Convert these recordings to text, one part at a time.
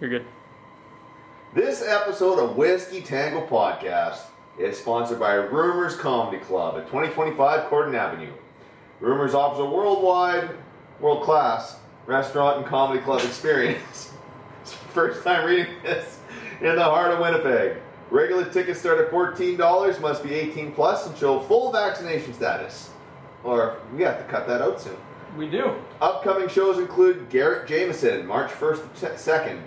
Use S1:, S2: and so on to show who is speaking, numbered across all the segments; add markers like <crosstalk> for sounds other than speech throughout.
S1: You're good.
S2: This episode of Whiskey Tango Podcast is sponsored by Rumors Comedy Club at 2025 Corden Avenue. Rumors offers a worldwide, world class restaurant and comedy club experience. <laughs> it's the first time reading this in the heart of Winnipeg. Regular tickets start at $14, must be 18 plus, and show full vaccination status. Or we have to cut that out soon.
S1: We do.
S2: Upcoming shows include Garrett Jameson, March 1st to 2nd,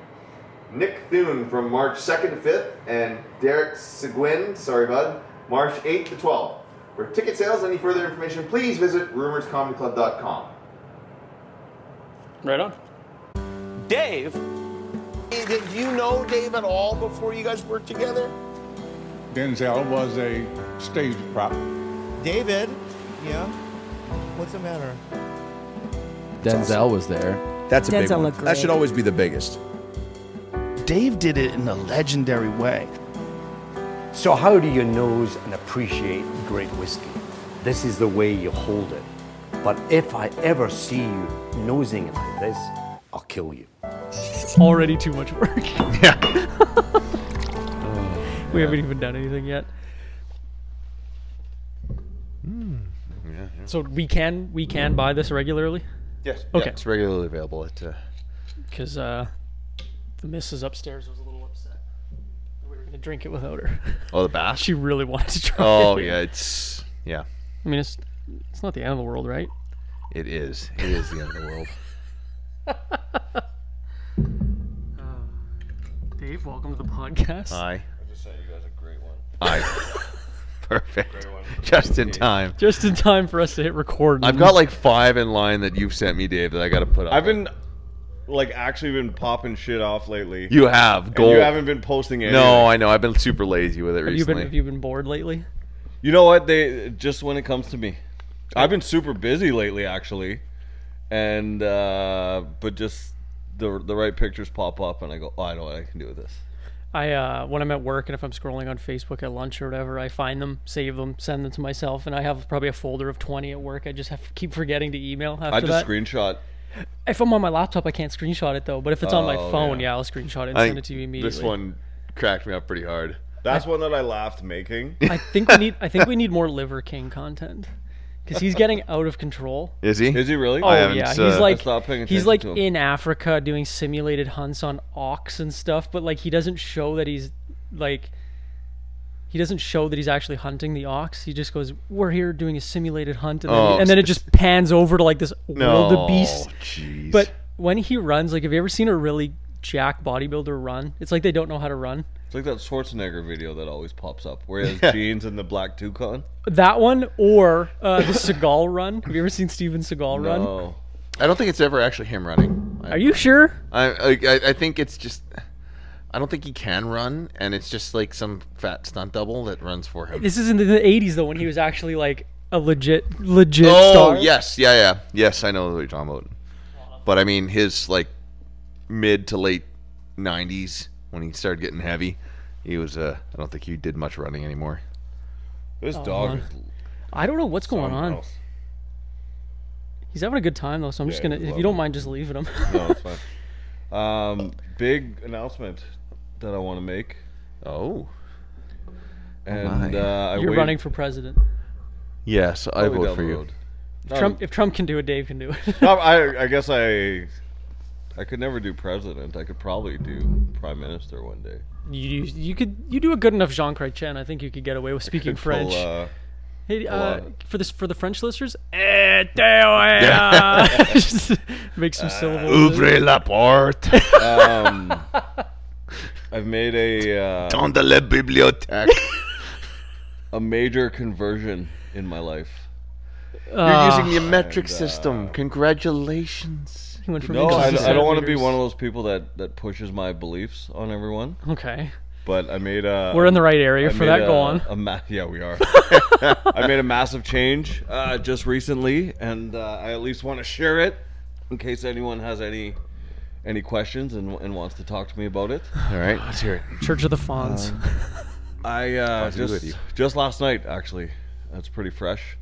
S2: Nick Thune from March 2nd to 5th, and Derek Seguin, sorry bud, March 8th to 12th. For ticket sales and any further information, please visit rumorscomedyclub.com.
S1: Right on.
S3: Dave? Did you know Dave at all before you guys worked together?
S4: Denzel was a stage prop.
S5: David? Yeah? What's the matter?
S6: Denzel was there.
S7: That's a big
S8: Denzel
S7: one.
S8: looked
S7: That
S8: great.
S7: should always be the biggest.
S9: Dave did it in a legendary way.
S10: So, how do you nose and appreciate great whiskey? This is the way you hold it. But if I ever see you nosing it like this, I'll kill you.
S1: Already too much work. Yeah. we haven't even done anything yet. So we can we can buy this regularly
S11: Yes.
S1: Okay.
S11: it's regularly available at. Uh,
S1: because uh, the missus upstairs was a little upset. that We were gonna drink it without her.
S11: oh, the bash.
S1: <laughs> she really wanted to try.
S11: Oh
S1: it.
S11: yeah, it's yeah.
S1: I mean, it's it's not the end of the world, right?
S11: It is. It is the end of the world.
S1: Dave, welcome to the podcast.
S11: Aye.
S3: just sent you guys a great one. <laughs>
S11: Aye. Perfect. Just in time.
S1: Just in time for us to hit record.
S11: I've got like five in line that you've sent me, Dave, that I got to put up.
S9: I've been, like, actually been popping shit off lately.
S11: You have
S9: And
S11: gold.
S9: you haven't been posting anything.
S11: No, I know. I've been super lazy with it
S1: Have you
S11: recently.
S1: been have you been bored lately?
S9: You know what? They just when it comes to me, I've been super busy lately, actually, and uh, but just the the right pictures pop up, and I go, oh, I know what I can do with this.
S1: I uh, when I'm at work and if I'm scrolling on Facebook at lunch or whatever, I find them, save them, send them to myself, and I have probably a folder of 20 at work. I just have keep forgetting to email after
S9: I just
S1: that.
S9: screenshot.
S1: if I'm on my laptop, I can't screenshot it though. But if it's on my
S9: Oh,
S1: phone,
S9: yeah.
S1: yeah, I'll screenshot it and
S11: I
S1: send it
S11: think
S1: to you immediately.
S11: this one cracked me up pretty hard.
S9: That's one that I laughed making.
S1: I think we need I think we need more Liver King content because he's getting out of control.
S11: Is he? uh,
S9: Is he really?
S1: Oh yeah, he's like
S9: stopped paying
S1: he's
S9: attention
S1: like
S9: to him.
S1: in Africa doing simulated hunts on ox and stuff, but like he doesn't show that he's like he doesn't show that he's actually hunting the ox. He just goes, "We're here doing a simulated hunt," and then,
S11: Oh,
S1: and then it just pans over to like this
S11: No. Oh,
S1: wildebeest.
S11: Jeez.
S1: But when he runs, like, have you ever seen a really jack bodybuilder run? It's like they don't know how to run.
S9: It's like that Schwarzenegger video that always pops up, where he has jeans and the black toucan.
S1: That one or uh, the Seagal run. Have you ever seen Steven Seagal run?
S9: Oh,
S11: I don't think it's ever actually him running. I,
S1: Are you sure?
S11: I, I I think it's just. I don't think he can run, and it's just like some fat stunt double that runs for him.
S1: This is in the- the eighties though, when he was actually like a legit, legit
S11: oh
S1: star.
S11: yes, yeah, yeah, yes. I know what you're talking about. But I mean, his like mid to late '90s when he started getting heavy, he was. Uh, I don't think he did much running anymore.
S9: this dog is
S1: I don't know Oh, what's going
S9: something
S1: on.
S9: else.
S1: He's having a good time though, so I'm just
S9: Yeah,
S1: gonna.
S9: he's
S1: If you
S9: loving
S1: don't
S9: it.
S1: mind, just leaving him.
S9: No, it's fine. Um, big announcement that I want to make,
S11: Oh.
S9: and
S11: my.
S9: uh, I
S1: <laughs> You're
S9: wait-
S1: running for president.
S11: Yes, I
S9: probably
S11: vote
S9: down
S11: for
S9: the
S11: you.
S9: road.
S1: Trump. If Trump can do it, Dave can do it.
S9: No, I, I guess I, I could never do president. I could probably do prime minister one day.
S1: you, <laughs> you could. You do a good enough Jean Chrétien. I think you could get away with speaking
S9: <laughs> Could pull,
S1: French.
S9: uh,
S1: Hey, uh,
S9: on.
S1: for this for the French listeners, eh, teo, eh, uh, <laughs> just make some
S9: Uh,
S1: syllables.
S11: Ouvrez la porte,
S9: um, I've made a uh,
S11: tendez la bibliothèque.
S9: a major conversion in my life.
S11: You're
S1: Ah,
S11: using the metric system. Congratulations.
S1: he went from
S9: No, I,
S1: inches
S9: I don't want to be
S1: centimeters.
S9: one of those people that that pushes my beliefs on everyone.
S1: Okay,
S9: But I made a.
S1: we're in the right area
S9: I uh,
S1: for
S9: made
S1: that.
S9: a-
S1: Go on.
S9: a ma- yeah, we are. <laughs> I made a massive change uh, just recently, and uh, I at least want to share it in case anyone has any any questions and, and wants to talk to me about
S1: <laughs>
S9: it.
S11: All right, let's hear it.
S1: Church of the Fawns.
S9: uh, I uh,
S11: Glad to be
S9: just
S11: with you.
S9: just last night actually. That's pretty fresh.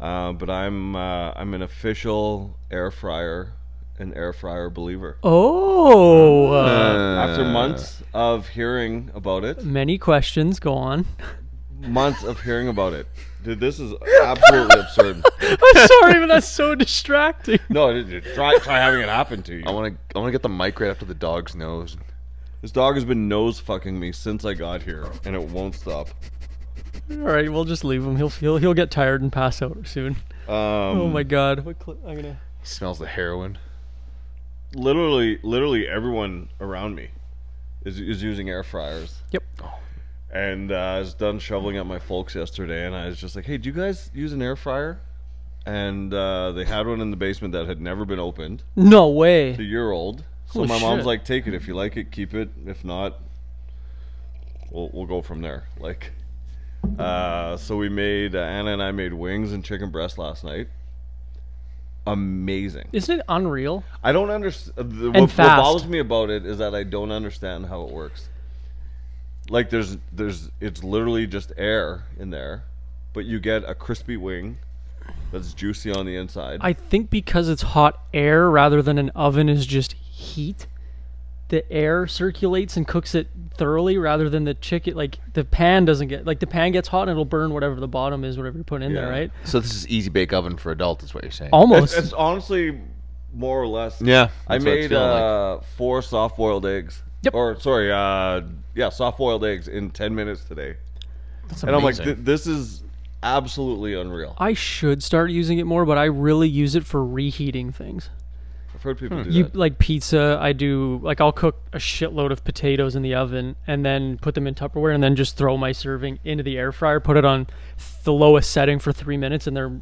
S9: Uh, but I'm uh, I'm an official air fryer, an air fryer believer.
S1: <laughs> Oh, uh,
S9: after months of hearing about
S1: <laughs>
S9: it,
S1: Many questions. Go on. <laughs>
S9: months of hearing about it, dude, this is absolutely absurd.
S1: I'm sorry, but that's so
S9: <laughs>
S1: distracting.
S9: No, dude, dude, try try having it happen to you.
S3: I want to. I want to get the mic right up to the dog's nose.
S9: This dog has been nose fucking me since I got here, and it won't stop.
S1: All right, we'll just leave him. He'll he'll, he'll get tired and pass out soon.
S9: Um,
S1: oh my god. What clip? I'm gonna.
S3: He smells the heroin.
S9: literally literally everyone around me is, is using air fryers
S1: Yep.
S9: and uh, i was done shoveling at my folks yesterday and i was just like hey do you guys use an air fryer and uh, they had one in the basement that had never been opened
S1: No way.
S9: a year old so
S1: Holy
S9: my mom's
S1: shit.
S9: like take it if you like it keep it if not we'll, we'll go from there <laughs> like uh, so we made uh, anna and i made wings and chicken breast last night amazing
S1: Isn't it unreal?
S9: I don't understand. What, what
S1: fast.
S9: bothers me about it is that I don't understand how it works. Like there's there's it's literally just air in there, but you get a crispy wing that's juicy on the inside.
S1: I think because it's hot air rather than an oven is just heat. The air circulates and cooks it thoroughly rather than the chicken. Like the pan doesn't get like the pan gets hot and it'll burn whatever the bottom is, whatever you put in there,
S9: Yeah.
S1: right?
S3: So this is easy bake oven for adults. Is what you're saying?
S1: Almost.
S9: it's, <laughs> it's honestly more or less.
S3: Yeah,
S9: I
S3: that's what it's
S9: made
S3: feeling like.
S9: uh, four soft boiled eggs.
S1: Yep.
S9: Or sorry, uh, yeah, soft boiled eggs in ten minutes today,
S3: That's
S9: and I'm like,
S3: amazing. Uh,
S9: "Th- this is absolutely unreal.
S1: I should start using it more, but I really use it for reheating things.
S9: I've heard people
S3: hmm,
S9: do
S1: You
S9: that.
S1: like pizza, I do like I'll cook a shitload of potatoes in the oven and then put them in Tupperware and then just throw my serving into the air fryer, put it on the lowest setting for 3 minutes and they're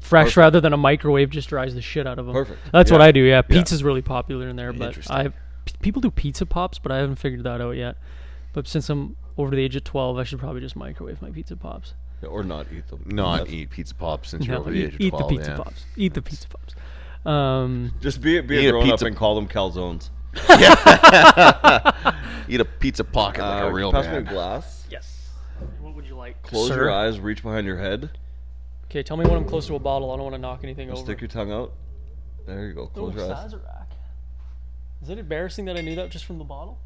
S1: fresh rather than a microwave just dries the shit out of them.
S9: Perfect.
S1: That's what
S9: Yeah.
S1: I do. Yeah,
S9: Yeah.
S1: pizza's really popular in there, but
S3: Interesting.
S1: I p- people do pizza pops, but I haven't figured that out yet. But since I'm over the age of 12, I should probably just microwave my pizza pops.
S9: or not eat them.
S3: not
S9: That's-
S3: eat pizza pops since
S1: No,
S3: you're over
S1: eat,
S3: the age of
S1: eat
S3: 12.
S1: the pizza
S3: yeah.
S1: pops. Eat the pizza pops. Um,
S9: Just be, be
S3: Eat
S9: a
S3: a
S9: grown up
S3: pizza-
S9: and call them calzones.
S3: Eat a pizza pocket like
S9: Uh,
S3: a real
S9: pass
S3: man.
S9: me a
S3: <laughs>
S9: glass.
S1: yes. What would you like?
S9: Close
S1: sir?
S9: your eyes. Reach behind your head.
S1: Okay, tell me when I'm close to a bottle. I don't want to knock anything over.
S9: Stick your tongue out. There you go.
S1: oh,
S9: Close your eyes.
S1: Sazerac. Is it embarrassing that I knew that just from the bottle?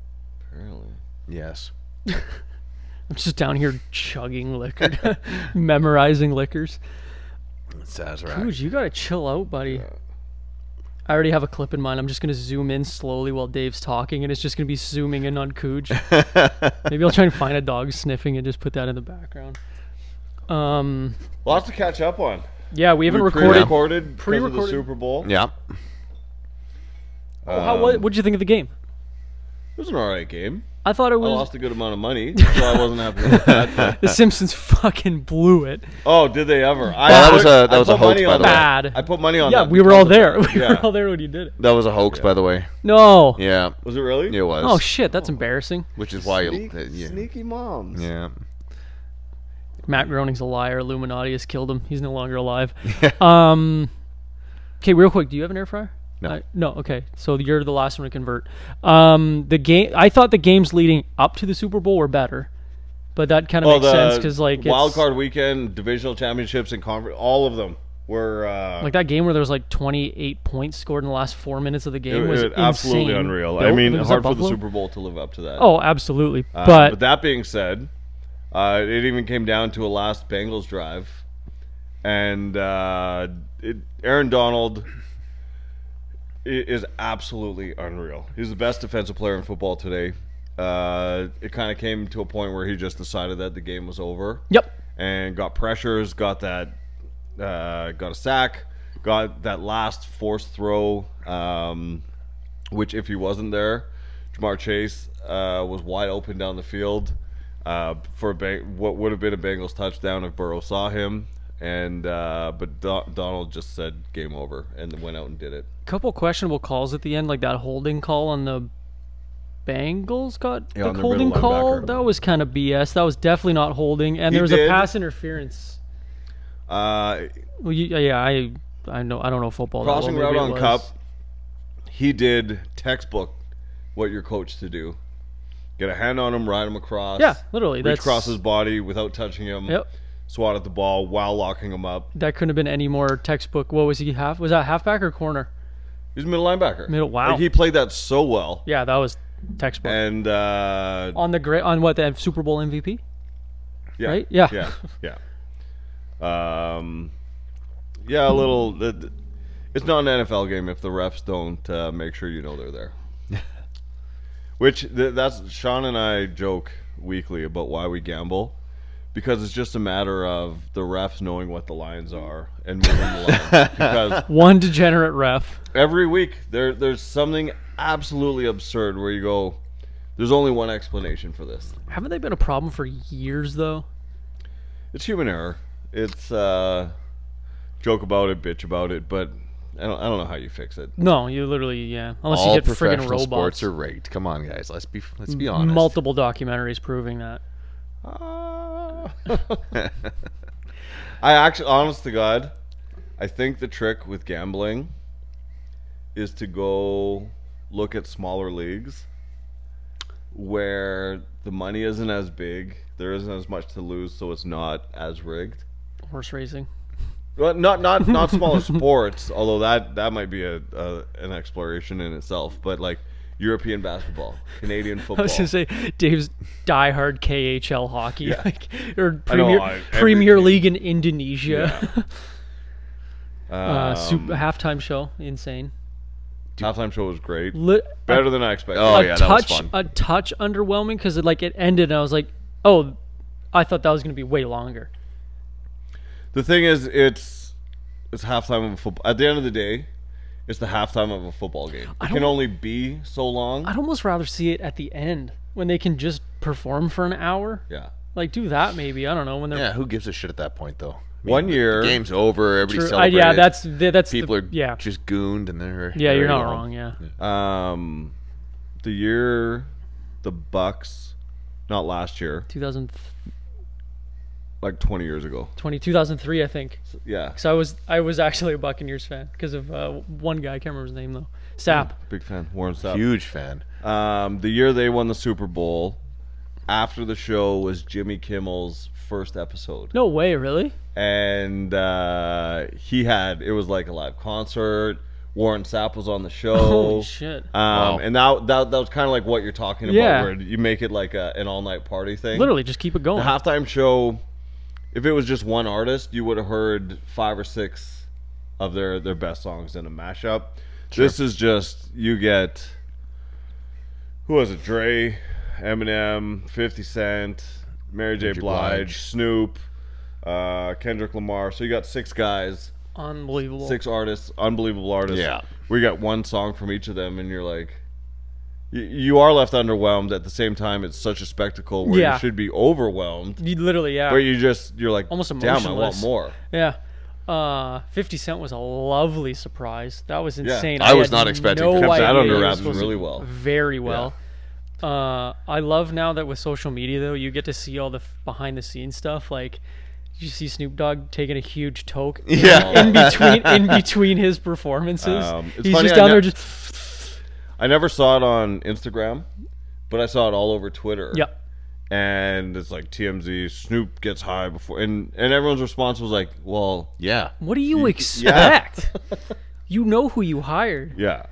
S9: Apparently.
S3: Yes.
S1: I'm just down here chugging liquor, <laughs> memorizing liquors.
S3: Sazerac.
S1: Dude, you gotta chill out, buddy. I already have a clip in mind. I'm just gonna zoom in slowly while Dave's talking, and it's just gonna be zooming in on
S9: <laughs>
S1: Cooge. Maybe I'll try and find a dog sniffing and just put that in the background. Um,
S9: Lots to catch up on.
S1: yeah, we haven't
S9: We
S1: recorded.
S9: pre-recorded, pre-recorded
S1: Pre-recorded.
S9: the Super Bowl.
S3: Yeah.
S1: Oh, how what? What'd you think of the game?
S9: It was an alright game.
S1: I thought it
S9: I
S1: was.
S9: lost a good amount of money, <laughs> so I wasn't happy
S3: <laughs>
S9: with that.
S1: The Simpsons <laughs> fucking blew it.
S9: Oh, did they ever? I
S3: Well, that was
S9: put-
S3: a- that
S9: I
S3: was a
S9: put
S3: hoax,
S9: money
S3: by
S9: on
S3: the way.
S9: that.
S1: Bad.
S9: I put money on
S1: Yeah,
S9: that
S1: we were all
S9: because
S1: there. <laughs>
S9: of that.
S1: We
S9: Yeah.
S1: were all there when you did it.
S3: That was a hoax, by the way.
S1: No.
S3: Yeah,
S9: Was it really?
S3: it was.
S1: Oh shit, that's embarrassing.
S3: Which is why.
S9: Sneak-
S3: it, yeah.
S9: Sneaky moms.
S3: Yeah.
S1: Matt Groening's a liar. Illuminati has killed him. He's no longer alive.
S3: <laughs>
S1: um. Okay, real quick. Do you have an air fryer?
S3: No.
S1: no. Okay. So you're the last one to convert. Um. The game. I thought the games leading up to the Super Bowl were better, but that kind of
S9: Oh,
S1: makes sense
S9: the
S1: because like it's-
S9: wild card weekend, divisional championships, and conference, all of them were uh,
S1: Like that game where there was like 28 points scored in the last four minutes of the game
S9: it,
S1: was
S9: it- absolutely
S1: insane.
S9: unreal.
S1: Nope.
S9: I mean,
S1: It was at
S9: hard for the
S1: Buffalo?
S9: Super Bowl to live up to that.
S1: Oh, absolutely.
S9: Uh,
S1: but
S9: that being said, uh, it even came down to a last Bengals drive, and uh, it, Aaron Donald i- is absolutely unreal. He's the best defensive player in football today. Uh, it kind of came to a point where he just decided that the game was over.
S1: yep.
S9: and got pressures, got that, uh, got a sack, got that last forced throw, um, which if he wasn't there, Jamar Chase uh, was wide open down the field uh, for a bang- what would have been a Bengals touchdown if Burrow saw him. And uh, but Do- Donald just said game over and then went out and did it.
S1: couple questionable calls at the end, like that holding call on the Bengals got
S9: Yeah,
S1: the
S9: on the
S1: holding
S9: middle
S1: call.
S9: linebacker.
S1: That was kind of BS. That was definitely not holding, and
S9: He
S1: there was
S9: did.
S1: a pass interference.
S9: Uh,
S1: Well, you, yeah, I, I know, I don't know football. that well.
S9: crossing route
S1: Maybe it
S9: on
S1: was.
S9: Cup, he did textbook what your coach to do: get a hand on him, ride him across.
S1: Yeah, literally.
S9: reach
S1: That's
S9: across his body without touching him.
S1: Yep.
S9: Swat at the ball while locking him up.
S1: That couldn't have been any more textbook. What was he half? Was that halfback or corner?
S9: He's a middle linebacker.
S1: Middle- wow.
S9: Like, he played that so well.
S1: Yeah, that was textbook
S9: and uh,
S1: on the great on what the Super Bowl MVP.
S9: yeah,
S1: right? Yeah.
S9: yeah, yeah. Um, yeah, a little.
S1: Hmm.
S9: the- the- It's not an NFL game if the refs don't uh, make sure you know they're
S1: <laughs>
S9: there. Which th- that's Sean and I joke weekly about why we gamble, because it's just a matter of the refs knowing what the lines are and moving the
S1: <laughs>
S9: lines. Because
S1: One degenerate ref.
S9: every week there there's something absolutely absurd where you go, there's only one explanation for this.
S1: Haven't they been a problem for years though?
S9: it's human error. It's uh, joke about it, bitch about it, but I don't, I don't know how you fix it.
S1: No, you literally yeah. Unless
S2: All
S1: you get friggin'
S2: professional
S1: robots.
S2: sports are rigged. Come on, guys. Let's be let's be honest.
S1: Multiple documentaries proving that.
S9: Ah. <laughs> I actually, honest to God, I think the trick with gambling is to go look at smaller leagues where the money isn't as big, there isn't as much to lose, so it's not as rigged.
S1: Horse racing. <laughs>
S9: Well, not not not smaller sports, although that that might be a, a an exploration in itself. But like European basketball,
S1: <laughs>
S9: Canadian
S1: I
S9: football.
S1: was gonna say Dave's diehard KHL hockey, like or
S9: I know,
S1: Premier,
S9: I- every
S1: Premier
S9: team.
S1: League in Indonesia. <laughs> uh,
S9: um,
S1: sup- halftime show, insane.
S9: halftime show was great,
S1: Li-
S9: better than I expected.
S2: Oh,
S1: Mm. a
S2: yeah, that was
S1: touch,
S2: fun.
S1: a touch underwhelming because it like it ended, and I was like, oh, I thought that was gonna be way longer.
S9: The thing is, it's it's halftime of a football. At the end of the day, it's the halftime of a football game. It can
S1: don't-
S9: only be so long.
S1: I'd almost rather see it at the end when they can just perform for an hour.
S9: yeah.
S1: Like do that maybe. I don't know when they're.
S2: Yeah, who gives a shit at that point though? I mean,
S9: One
S2: the- the
S9: year-
S2: game's over. Everybody's
S1: I,
S2: celebrating.
S1: yeah, that's the, that's the-
S2: people are
S1: yeah
S2: just gooned and they're
S1: yeah. You're
S2: they're
S1: not
S2: along.
S1: wrong. Yeah.
S9: Um, the year, the Bucks, not last year,
S1: 2020,
S9: like twenty years ago.
S1: 2003, I think.
S9: Yeah,
S1: So I was I was actually a Buccaneers fan because of uh, one guy. I can't remember his name though. Sap.
S2: Hmm.
S9: big fan. Warren Sapp.
S2: Huge fan.
S9: Um, the year they won the Super Bowl, after the show was Jimmy Kimmel's first episode,
S1: No way, really?
S9: and uh, he had it was like a live concert. Warren Sapp was
S1: <laughs>
S9: on the show.
S2: Oh.
S1: Holy shit!
S9: Um, And that, that that was kind of like what you're talking about,
S1: Yeah.
S9: where you make it like a, an all night party thing.
S1: Literally, just keep it
S9: the
S1: going.
S9: halftime show. If it was just one artist, you would have heard five or six of their their best songs in a mashup. This is just you get who was it? Dre, Eminem, Fifty Cent, Mary J.
S2: J.
S9: Blige,
S2: Blige.
S9: Snoop, uh, Kendrick Lamar. So you got six guys,
S1: Unbelievable.
S9: six artists, unbelievable artists.
S2: Yeah.
S9: we got one song from each of them, and you're like. y- You are left underwhelmed. At the same time, it's such a spectacle where
S1: Yeah.
S9: you should be overwhelmed.
S1: You literally, yeah,
S9: Where you just you're like
S1: Almost
S9: damn, I want
S1: emotionless.
S9: more.
S1: yeah. Uh, Fifty Cent was a lovely surprise. That was insane.
S2: I was
S1: had
S2: not expecting
S1: no
S2: it.
S9: Kept
S1: idea
S9: that under
S1: it was
S9: wraps
S1: supposed to-
S9: really well.
S1: Very well. Uh, I love now that with social media though, you get to see all the f- behind the scenes stuff. Like, did you see Snoop Dogg taking a huge
S9: <laughs>
S1: toke
S2: Yeah.
S1: in between in between his performances?
S9: Um, it's
S1: He's
S9: funny,
S1: just
S9: I
S1: down
S9: ne-
S1: there just
S9: I never saw it on Instagram, but I saw it all over Twitter.
S1: yeah.
S9: And it's like TMZ, Snoop gets high before, and and everyone's response was like, well,
S2: Yeah.
S1: What do you expect? <laughs> you know who you hired.
S9: yeah,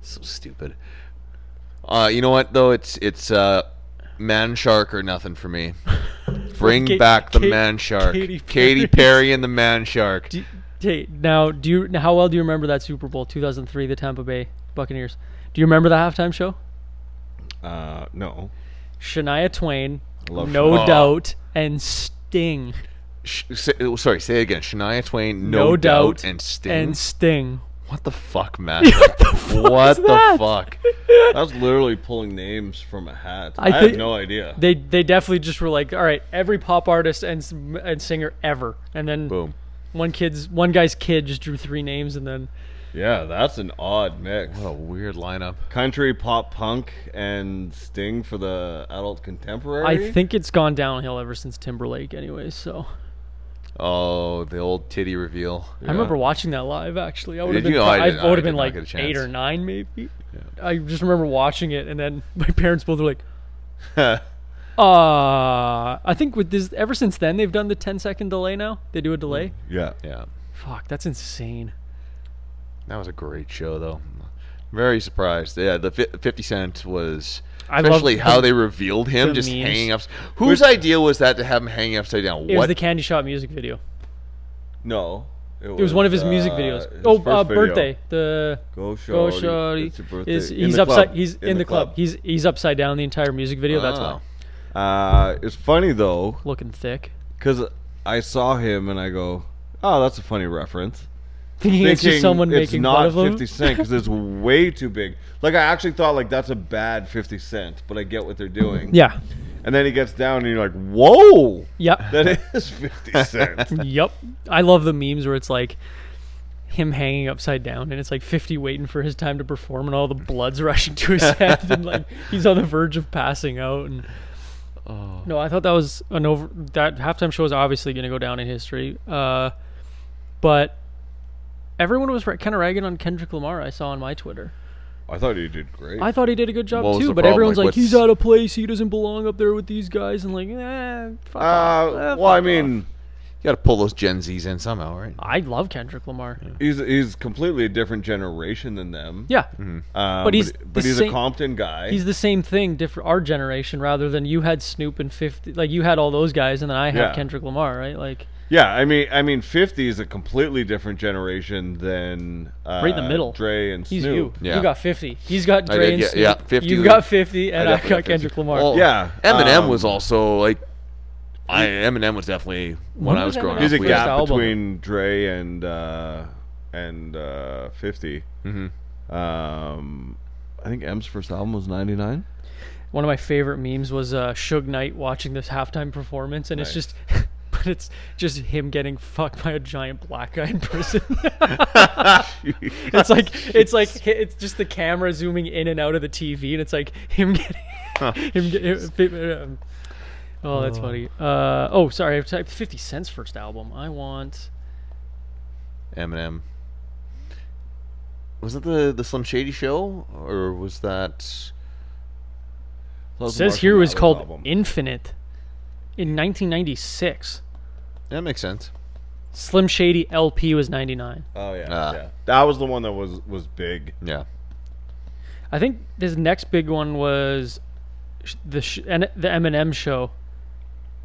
S2: So stupid. Uh, you know what though? It's it's uh, man shark or nothing for
S1: <laughs>
S2: me. Bring
S1: Ka-
S2: back the
S1: Ka-
S2: man shark.
S1: Katy
S2: Katy Perry.
S1: Perry.
S2: and the man shark.
S1: Do, hey, now do you now, how well do you remember that Super Bowl 2003 the Tampa Bay Buccaneers? Do you remember the halftime show?
S9: uh, no,
S1: Shania Twain,
S9: Love
S1: no
S2: Shania.
S1: doubt, and Sting.
S2: Sh- say, oh, sorry, say it again. Shania Twain,
S1: No,
S2: no, doubt, and Sting.
S1: And Sting.
S2: what the
S1: <laughs>
S2: fuck, man? what the fuck?
S1: that? <laughs>
S9: I was literally pulling names from a hat.
S1: I
S9: I,
S1: think-
S9: had no idea.
S1: They they definitely just were like, all right, every pop artist and s- and singer ever, and then
S2: Boom.
S1: one kid's one guy's kid just drew three names, and then
S9: yeah, that's an odd mix.
S2: What a weird lineup.
S9: Country pop punk and Sting for the adult contemporary.
S1: I think it's gone downhill ever since Timberlake. Anyways, so.
S2: Oh, the old titty reveal.
S1: I remember watching that live. Actually, I would have
S2: Did
S1: been.
S2: you? Oh,
S1: pro-
S2: I
S1: I,
S2: did- I
S1: would have
S2: did
S1: been
S2: not
S1: like
S2: get a chance.
S1: eight or nine, maybe. I just remember watching it, and then <laughs> my parents both were
S2: <laughs>
S1: like, "Uh, I think with this." Ever since then, they've done the 10 second delay. Now they do a delay.
S2: Mm.
S9: yeah.
S2: Yeah.
S1: Fuck, that's insane.
S2: That was a great show, though. Very surprised. Yeah, the fif- Fifty Cent was
S1: I love
S9: Especially how they revealed him
S1: the
S9: just
S1: memes.
S9: hanging up. Whose idea was that to have him hanging upside down?
S1: It was
S9: What?
S1: the Candy Shop music video.
S4: No.
S1: It was one of his music
S4: uh,
S1: videos.
S4: his
S1: oh,
S4: first
S1: uh,
S4: video.
S1: birthday. The
S4: Go
S1: Go
S4: shorty.
S1: Shorty.
S4: It's your birthday.
S1: Is
S4: In
S1: he's
S4: the
S1: upside?
S4: club. Ah.
S1: He's in, the club. He's he's upside down the entire music video. That's why
S9: Wow.
S4: Uh, it's funny though,
S1: looking thick. <laughs>
S4: because I saw him and I go, "Oh, that's a funny reference."
S1: Thinking, it's just
S4: Thinking
S1: someone
S4: it's
S1: making fun
S4: not
S1: of him.
S4: 50 Cent because it's way too big. Like I actually thought like that's a bad 50 Cent, but I get what they're doing.
S1: Yeah.
S4: And then he gets down and you're like, "Whoa,
S1: Yep.
S4: that <laughs> is 50 Cent."
S1: yep. I love the memes where it's like him hanging upside down and it's like 50 waiting for his time to perform and all the blood's <laughs> rushing to his head and like he's on the verge of passing out and
S9: Oh.
S1: no i thought that was an over that halftime show is obviously going to go down in history uh but everyone was kind of ragging on kendrick lamar i saw on my twitter
S4: I thought he did great.
S1: i thought he did a good job
S9: What was
S1: too
S9: the
S1: but
S9: problem?
S1: everyone's
S9: Like,
S1: like, he's
S9: what's-
S1: out of place he doesn't belong up there with these guys and like eh, fuck
S9: Ah.
S1: off. Eh,
S4: uh, well, I mean,
S9: you got to pull those Gen Zs in somehow, right?
S1: i love kendrick lamar
S4: he's he's completely a different generation than them.
S1: yeah
S9: Mm-hmm.
S4: Uh,
S1: But he's
S4: but,
S1: the
S4: he's a
S1: same-
S4: Compton guy.
S1: he's the same thing different our generation rather than you had snoop and 50 like you had all those guys and then i had
S4: Yeah.
S1: kendrick lamar right like
S4: Yeah, I mean, I mean, fifty is a completely different generation than uh,
S1: Right in the middle.
S4: Dre and
S1: he's
S4: Snoop.
S1: you
S9: Yeah.
S1: you got 50 he's got
S9: I
S1: Dre
S9: did,
S1: and
S9: yeah,
S1: Snoop.
S9: yeah, 50
S1: you
S9: was-
S1: got 50 and
S9: I
S1: i,
S9: definitely
S1: got
S9: got
S1: kendrick
S9: 50.
S1: lamar
S9: Well,
S4: Yeah,
S9: Oh, Eminem
S4: um,
S9: was also like, I Eminem was definitely when,
S1: When
S9: I was
S1: was
S9: growing
S1: Eminem's
S9: up.
S4: There's a
S1: First
S9: we-
S4: gap
S1: album.
S4: between Dre and uh, and uh, 50 Mm-hmm. Um, I think M's first album was ninety nine.
S1: one of my favorite memes was uh Suge Knight watching this halftime performance and it's
S4: Nice.
S1: just <laughs> but it's just him getting fucked by a giant black guy in prison
S9: <laughs>
S1: it's <laughs> like it's like hi- it's just the camera zooming in and out of the TV, and it's like him <laughs> getting him getting. Oh, that's funny. Uh, oh, sorry, I've typed Fifty Cent's first album. I want.
S9: <laughs> Eminem. Was it the the Slim Shady show or was that?
S1: It says here it was called Infinite, in 1996.
S9: That makes sense.
S1: Slim Shady LP was 99.
S4: Oh yeah,
S9: Ah.
S4: yeah. That was the one that was was big.
S9: Yeah.
S1: I think this next big one was sh- the sh- and the Eminem show.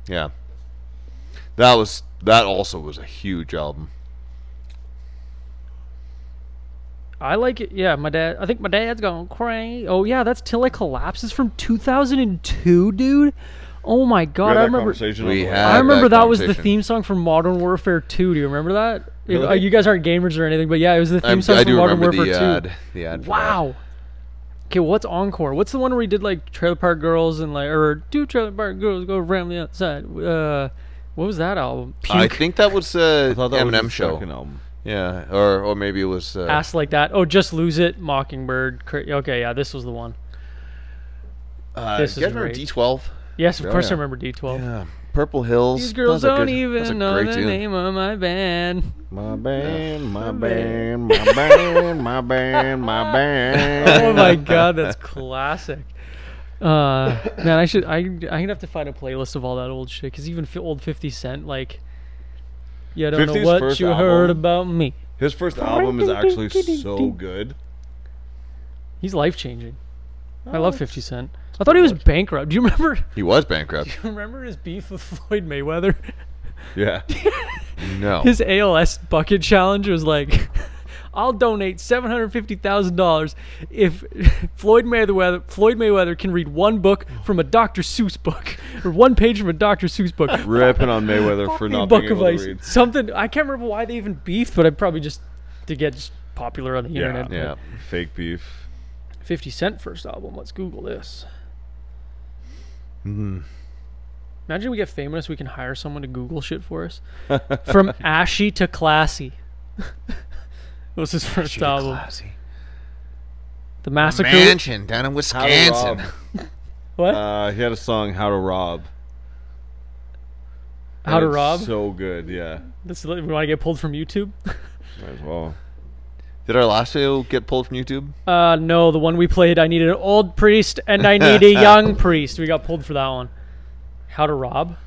S9: Yeah. That was that also was a huge album.
S1: I like it. Yeah, my dad. I think my dad's going crazy. Oh yeah, that's till I collapse. It's from 2002, dude. Oh my god,
S4: We had
S1: I
S4: that
S1: remember.
S4: conversation
S9: We
S4: on the
S9: had-
S4: way.
S1: I remember
S9: that
S1: that, was the
S9: conversation.
S1: theme song from Modern Warfare 2. Do you remember that? If-
S4: Really?
S1: uh, you guys aren't gamers or anything, but yeah, it was the
S9: I,
S1: theme song
S9: I
S1: from
S9: do
S1: Modern
S9: remember
S1: Warfare
S9: the uh,
S1: 2.
S9: ad. The ad. for that.
S1: Wow. Okay, what's Encore? What's the one where he did like Trailer Park Girls and like or do Trailer Park Girls go around the outside? Uh, what was that album?
S9: I
S1: Puke.
S9: think that was uh,
S4: I thought that was
S9: Eminem
S4: his
S9: show.
S4: second album.
S9: Yeah, or or maybe it was uh,
S1: Ass like that. Oh, just lose it. Mockingbird. Cra- Okay, yeah, this was the one.
S9: uh,
S1: this
S9: you guys
S1: is
S9: remember
S1: great.
S9: D12?
S1: Yes, of course
S4: yeah.
S1: I remember D12.
S9: Yeah, Purple Hills.
S1: These girls
S9: That was
S1: don't
S9: a good- that's a
S1: even know
S9: great
S1: the
S9: tune.
S1: name of my band.
S4: My band, my band, my band, my band,
S1: <laughs>
S4: my
S1: <laughs>
S4: band.
S9: <laughs>
S1: Oh <laughs> my god, that's classic. Uh, man, I should I I'm gonna have to find a playlist of all that old shit because even f- old Fifty Cent like. Yeah, I don't
S4: 50's
S1: know what
S4: first
S1: you heard
S4: album.
S1: about me.
S4: His first album is actually so good.
S1: He's life changing. I love Fifty Cent. I thought he was bankrupt. Do you remember? <laughs>
S9: He was bankrupt.
S1: Remember his beef with Floyd Mayweather?
S4: <laughs> Yeah.
S1: <laughs>
S9: No.
S1: His ALS bucket challenge was like, <laughs> I'll donate seven hundred fifty thousand dollars if <laughs> Floyd Mayweather Floyd Mayweather can read one book from a Dr. Seuss book or one page from a Dr. Seuss
S4: <laughs>
S1: book.
S4: Ripping
S1: <laughs>
S4: on Mayweather for
S1: Fucking
S4: not
S1: book
S4: being
S1: of
S4: able
S1: ice. <laughs>
S4: to read.
S1: Something I can't remember why they even beefed, but I probably just to get just popular on the
S4: Yeah,
S1: internet.
S9: yeah.
S4: Fake beef.
S1: Fifty Cent first album. Let's Google this. Imagine we get famous, we can hire someone to Google shit for us. <laughs> From ashy to classy. <laughs> What's his first album? The Massacre.
S9: Mansion
S4: How
S9: down in
S4: to rob.
S9: Wisconsin.
S1: what?
S4: Uh, he had a song, How to Rob.
S1: How to
S4: It's
S1: Rob.
S4: So good, yeah.
S1: This, we want to get pulled from YouTube.
S4: Might as well.
S9: Did our last video get pulled from YouTube?
S1: Uh, no, the one we played. I need an old priest and I need a
S4: <laughs>
S1: young priest. We got pulled for that one. How to rob.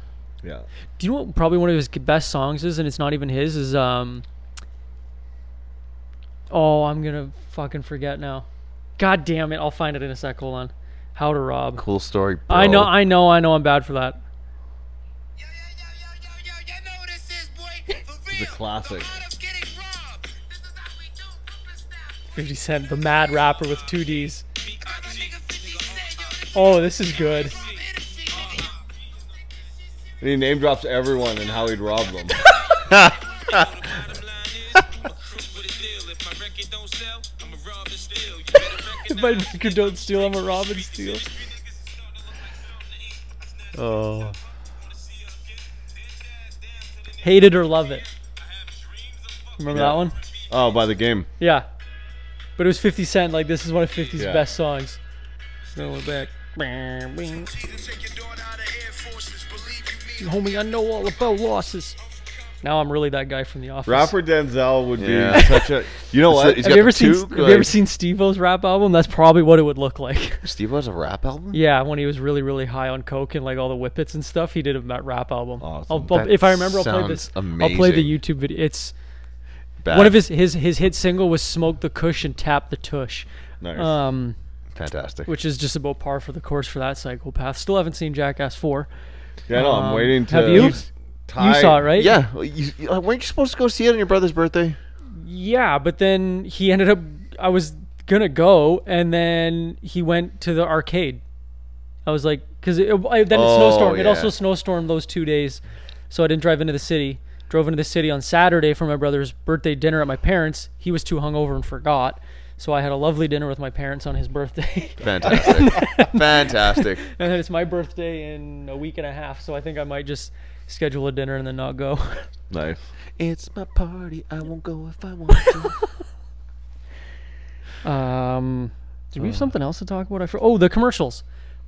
S4: Yeah.
S1: Do you know what probably one of his best songs is, and it's not even his, is um Oh, I'm gonna fucking forget now. God damn it, I'll find it in a sec, hold on. How to rob.
S2: Cool story. Bro.
S1: I know, I know, I know. I'm bad for that.
S9: It's a classic.
S1: Fifty Cent, the mad rapper with two D's. Oh, this is good. <laughs>
S9: And he name drops everyone and how he'd rob them.
S1: If my record don't steal, I'm a Robin steal.
S2: <laughs> Oh.
S1: Hate it or love it. Remember
S9: Yeah.
S1: that one?
S9: Oh, by the game.
S1: Yeah. But it was 50 Cent. Like, this is one of 50's
S9: Yeah.
S1: best songs. So we're back. Bam, bing. Homie, I know all about losses. Now I'm really that guy from The Office.
S9: Rapper Denzel would
S2: Yeah.
S9: be <laughs> such a. You know what?
S2: He's
S1: Have
S2: got
S1: you, ever
S2: the
S1: seen,
S2: two,
S1: have you
S2: like-
S1: ever seen Steve-O's rap album? That's probably what it would look like. <laughs>
S2: Steve was a rap album.
S1: yeah, when he was really, really high on coke and like all the whippets and stuff, he did a ma- rap album.
S9: Awesome.
S1: I'll, I'll-
S2: That
S1: if I remember, I'll play
S2: sounds
S1: this. I'll play the
S2: amazing.
S1: YouTube video. It's
S2: Bad.
S1: one of his his his hit single was "Smoke the Kush and Tap the Tush."
S9: Nice.
S1: Um,
S2: fantastic.
S1: which is just about par for the course for that psychopath. Still haven't seen Jackass Four.
S9: yeah, no, I'm waiting to.
S1: um, Have you?
S9: Ty-
S1: you saw it, right?
S2: yeah, well, you, you- uh, weren't you supposed to go see it on your brother's birthday?
S1: Yeah, but then he ended up. I was gonna go, and then he went to the arcade. I was like, because it, I- then it
S2: Oh,
S1: snowstormed. It
S2: yeah.
S1: also snowstormed those two days, so I didn't drive into the city. Drove into the city on Saturday for my brother's birthday dinner at my parents. He was too hungover and forgot, so I had a lovely dinner with my parents on his birthday. <laughs>
S2: Fantastic, fantastic.
S1: and then it's my birthday in a week and a half, so I think I might just schedule a dinner and then not go. <laughs>
S9: Nice.
S2: It's my party. I won't go if I want to.
S1: Um, did
S9: Oh.
S1: we have something else to talk about? I for- oh, the commercials.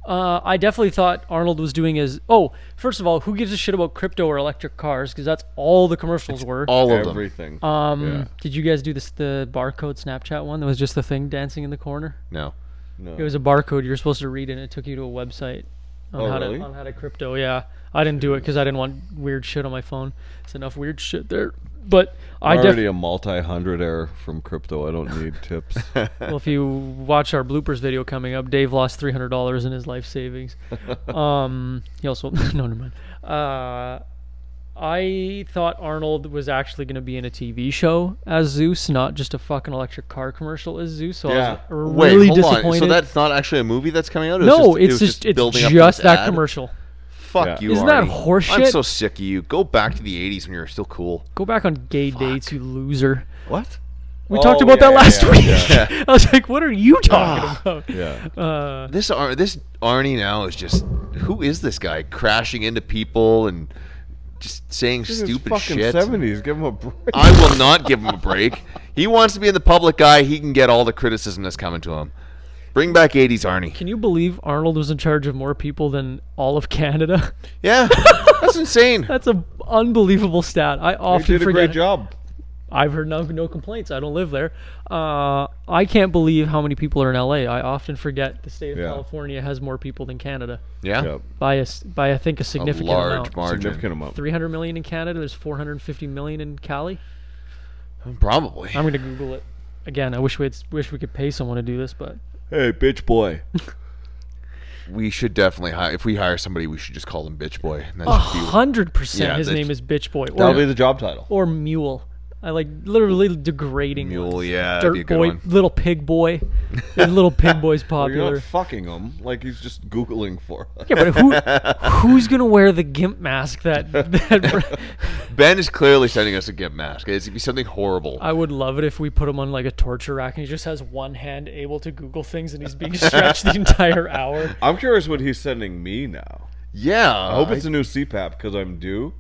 S1: Uh, I definitely thought Arnold was doing his. Oh, first of all, who gives a shit about crypto or electric cars? Because that's all the commercials were.
S2: All of them.
S9: Everything.
S1: um,
S9: yeah.
S1: Did you guys do this the barcode Snapchat one? That was just the thing dancing in the corner.
S2: No.
S9: No.
S1: It was a barcode you were supposed to read, and it took you to a website on
S9: Oh,
S1: how
S9: really?
S1: to on how to crypto. Yeah, I didn't do it because I didn't want weird shit on my phone. It's enough weird shit there. But I
S9: I'm already
S1: definitely.
S9: a multi-hundred error from crypto. I don't need tips.
S2: <laughs>
S1: Well, if you watch our bloopers video coming up, Dave lost three hundred dollars in his life savings.
S2: <laughs>
S1: um, he also <laughs> no, never mind. Uh, I thought Arnold was actually going to be in a TV show as Zeus, not just a fucking electric car commercial as Zeus. So
S9: Yeah.
S1: I was
S2: Wait,
S1: really
S2: hold
S1: disappointed.
S2: on. So that's not actually a movie that's coming out. It was
S1: no,
S2: just, it
S1: it's
S2: was
S1: just,
S2: building
S1: it's
S2: up
S1: just
S2: this
S1: that
S2: ad?
S1: commercial.
S2: Fuck
S9: Yeah.
S2: you.
S1: Isn't that
S2: Arnie. I'm
S1: horseshit?
S2: so sick of you. Go back to the '80s when you were still cool.
S1: Go back on gay dates, you loser.
S2: What?
S1: We
S9: Oh,
S1: talked about
S9: yeah,
S1: that
S9: yeah,
S1: last
S9: yeah,
S1: week.
S2: yeah.
S1: <laughs>
S2: Ah.
S1: I was like, "What are you talking about?"
S9: yeah.
S2: This Ar- this Arnie now is just who is this guy crashing into people and just saying stupid
S9: fucking
S2: shit.
S9: 70s. Give him a break.
S2: I will not give him a break. He wants to be in the public eye. He can get all the criticism that's coming to him. Bring back '80s Arnie.
S1: Can you believe Arnold was in charge of more people than all of Canada?
S2: Yeah, <laughs> that's insane.
S1: That's an unbelievable stat. I
S9: He
S1: often
S9: did a
S1: forget.
S9: great job.
S1: I've heard no, no complaints. I don't live there. Uh, I can't believe how many people are in LA. I often forget the state of
S9: Yeah.
S1: California has more people than Canada
S2: Yeah,
S9: Yep.
S1: by a, s- by I think a
S2: a
S1: significant
S2: large
S1: amount.
S2: margin.
S9: Significant amount.
S1: 300 million in Canada. There's 450 million in Cali.
S2: Probably.
S1: I'm gonna Google it again. I wish we had, wish we could pay someone to do this, but
S9: Hey, bitch boy.
S2: We should definitely hire. If we hire somebody, we should just call them bitch boy. And that
S1: Oh.
S2: should be,
S1: hundred percent.
S2: Yeah,
S1: His
S2: that-
S1: name is Bitch Boy
S9: That'll
S1: or,
S9: be the job title.
S1: or Mule. I like literally degrading
S2: Mule,
S1: ones.
S2: Oh, yeah, that'd
S1: Dirt
S2: be a good
S1: Boy,
S2: one.
S1: Little Pig
S9: <laughs>
S1: Boy. little Pig Boy's
S9: You're
S1: popular.
S9: not fucking him. Like he's just googling for us.
S1: Yeah, but who who's gonna wear the gimp mask? That, that
S2: ben is clearly sending us a gimp mask. It's gonna be something horrible.
S1: I would love it if we put him on like a torture rack and he just has one hand able to Google things and he's being stretched the entire hour.
S9: I'm curious what he's sending me now.
S2: yeah,
S9: I hope it's a new CPAP because
S2: <laughs>
S9: I'm due.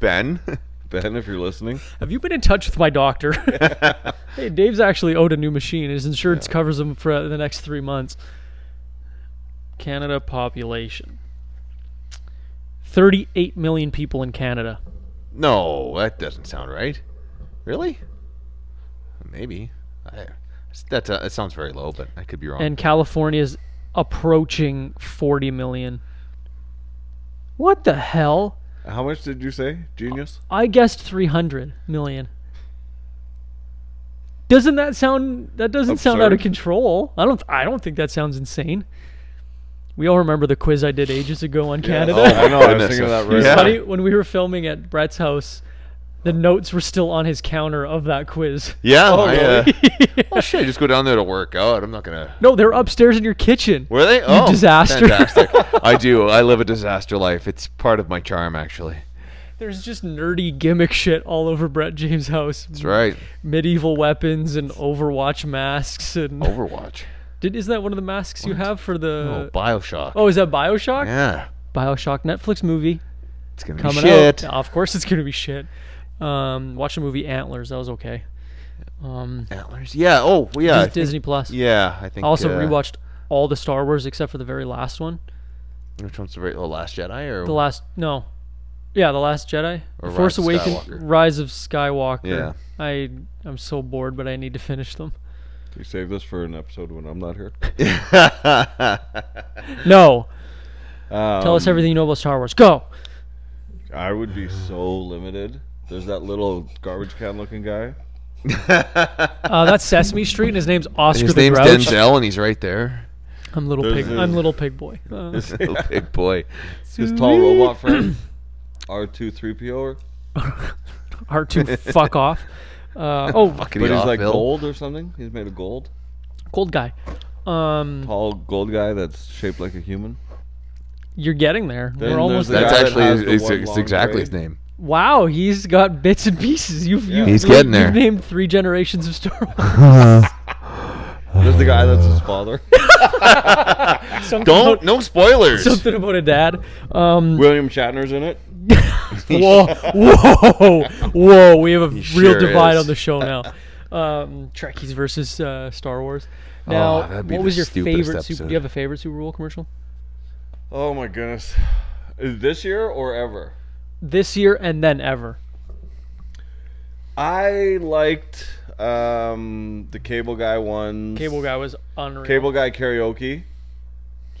S2: Ben.
S9: Ben, if you're listening,
S1: Have you been in touch with my doctor? hey, Dave's actually owed a new machine. His insurance covers him for uh, the next three months. Canada population. 38 million people in Canada.
S2: No, that doesn't sound right. Really? Maybe. I, that's uh, that sounds very low, but I could be wrong.
S1: and California's approaching 40 million. What the hell?
S9: how much did you say, genius?
S1: I guessed 300 million. Doesn't that sound that doesn't sound out of
S4: Absurd.
S1: control? I don't I don't think that sounds insane. We all remember the quiz I did ages ago on Canada.
S9: Oh, my
S4: know, I was
S9: goodness.
S4: thinking of that right
S9: yeah.
S1: Funny when we were filming at Brett's house, the notes were still on his counter of that
S9: <laughs>
S1: quiz.
S9: Yeah. I, uh, oh, shit. I just go down there to work
S2: Oh,
S9: out. I'm not going to.
S1: No, they're upstairs in your kitchen.
S9: Were they? Oh,
S1: disaster. <laughs>
S9: Fantastic. I do. I live a disaster life. It's part of my charm, actually.
S1: There's just nerdy gimmick shit all over Brett James' house.
S9: That's right.
S1: Medieval weapons and Overwatch masks and
S9: Oh. Overwatch.
S1: did is that one of the masks you have for
S9: Oh,
S1: the
S9: Bioshock.
S1: Uh, Oh, is that BioShock?
S9: yeah.
S1: BioShock Netflix movie.
S9: It's going to be
S1: coming
S9: shit.
S1: out. Of course, it's gonna be shit. Um, watch the movie Antlers. That was okay.
S9: Antlers. Yeah. Oh, well, yeah. I think-
S1: Disney Plus.
S9: Yeah, I think.
S1: I also
S9: uh,
S1: rewatched all the Star Wars except for the very last one.
S9: Which one's the very oh, Last Jedi or
S1: The last no, yeah, the Last Jedi,
S9: Or Rise
S1: Force
S9: of
S1: Awakens,
S9: Skywalker.
S1: Rise of Skywalker.
S9: Yeah.
S1: I I'm so bored, but I need to finish them.
S4: We save this for an episode when I'm not here.
S1: No. Tell
S9: Um,
S1: us everything you know about Star Wars. Go.
S4: I would be so limited. There's that little garbage can looking guy.
S1: Uh,
S9: <laughs>
S1: that's Sesame Street, and his name's Oscar
S9: His
S1: the
S9: name's
S1: Grouch.
S9: Denzel, and he's right
S1: <laughs>
S9: there. <laughs>
S1: I'm little
S4: There's
S1: pig.
S4: a-
S1: I'm little pig boy. Uh,
S9: Little big boy.
S4: His tall robot friend. R2-3PO.
S1: hard to fuck off. Uh, oh,
S9: Fucking
S4: But he's
S9: off,
S4: like
S9: Bill.
S4: gold or something. He's made of gold.
S1: cold guy. Um,
S4: Tall gold guy that's shaped like a human.
S1: you're getting there.
S4: Then
S1: We're almost
S4: there's
S1: there.
S4: the
S9: That's
S4: guy that
S9: actually
S4: has the
S9: it's,
S4: one
S9: it's
S4: long
S9: exactly his
S4: braid.
S9: name.
S1: Wow, he's got bits and pieces. You've, you've
S9: He's
S1: you've-
S9: getting there.
S1: You've named three generations of Star
S4: <laughs>
S1: Wars.
S4: There's the
S1: <sighs>
S4: guy that's his father.
S1: Something
S9: Don't
S1: about-
S9: no spoilers.
S1: something about a
S4: <laughs>
S1: dad. Um,
S4: William Shatner's in it.
S1: whoa, whoa, whoa! We have a real
S9: sure
S1: divide
S9: is.
S1: on the
S4: <laughs>
S1: show now. Um, Trekkies versus uh, Star Wars.
S9: Oh,
S1: Now,
S9: that'd be
S1: what
S9: the
S1: was your
S9: stupidest
S1: favorite? Super,
S9: episode.
S1: do you have a favorite Super Bowl commercial
S4: Oh my goodness. This year or ever?
S1: this year and then ever?
S4: I liked um, the Cable Guy one.
S1: Cable Guy was unreal.
S4: Cable Guy karaoke.
S1: Cable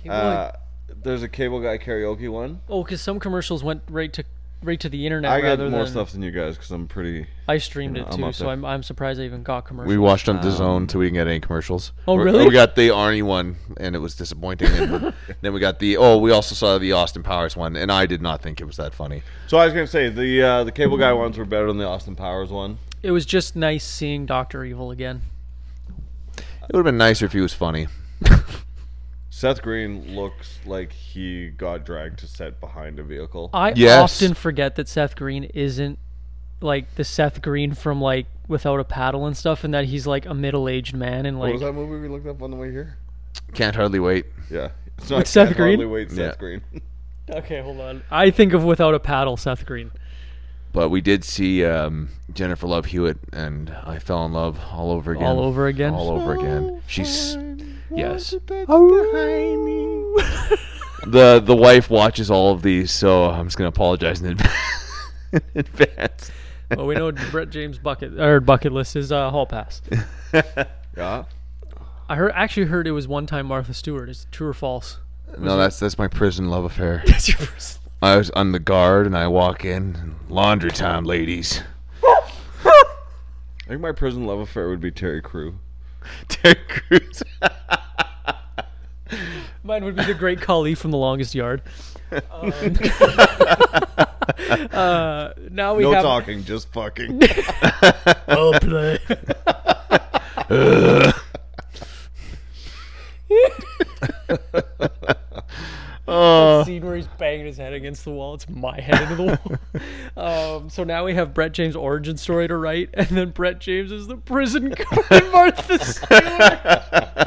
S1: Guy-
S4: Uh, there's a Cable Guy karaoke one.
S1: oh, because some commercials went right to right to the internet.
S4: I got
S1: rather
S4: more
S1: than,
S4: stuff than you guys because I'm pretty.
S1: I streamed
S4: you know,
S1: it
S4: I'm
S1: too,
S4: up
S1: so
S4: there.
S1: I'm, I'm surprised I even got commercials.
S9: we watched on the
S4: Um,
S9: zone till we didn't get any commercials.
S1: Oh,
S9: We're-
S1: really?
S9: We got the Arnie one, and it was disappointing.
S4: <laughs>
S9: And then we got the oh, we also saw the Austin Powers one, and I did not think it was that funny.
S4: So I was gonna say the uh, the Cable Guy ones were better than the Austin Powers one.
S1: It was just nice seeing Doctor Evil again.
S9: It would have been nicer if he was funny.
S4: Seth Green looks like he got dragged to set behind a vehicle.
S1: I
S9: Yes.
S1: often forget that Seth Green isn't like the Seth Green from like Without a Paddle and stuff, and that he's like a middle-aged man and
S4: what
S1: like
S4: was that movie we looked up on the way here?
S9: Can't hardly wait.
S1: <laughs>
S4: Yeah, it's not
S1: With Seth
S4: Can't Hardly
S1: Green?
S4: Wait, Seth
S9: Yeah.
S4: Green. <laughs>
S1: okay, hold on. I think of Without a Paddle, Seth Green.
S9: But we did see um, Jennifer Love Hewitt, and I fell in love all over again.
S1: All over again?
S9: All over again. She's yes. the the wife watches all of these, so I'm just gonna apologize in advance. in advance.
S1: <laughs> Well, we know what Brett James bucket or bucket list is uh, hall
S9: <laughs>
S1: pass.
S4: yeah,
S1: I heard actually heard it was one time Martha Stewart. Is it true or <laughs> false?
S9: <laughs> No, that's that's my prison love affair.
S1: That's your first.
S9: I was I'm the guard, and I walk in. and, Laundry time, ladies. <laughs>
S4: I think my prison love affair would be Terry Crew.
S9: Terry Crews.
S1: Mine would be the Great Khali from The Longest Yard. Um, <laughs> uh, now we
S4: No
S1: have <laughs>
S4: talking, just fucking.
S1: Oh, play. That scene where he's banging his head against the wall. It's my head into the wall. Um, so now we have Brett James' origin story to write, and then Brett James is the prison <laughs> guard in Martha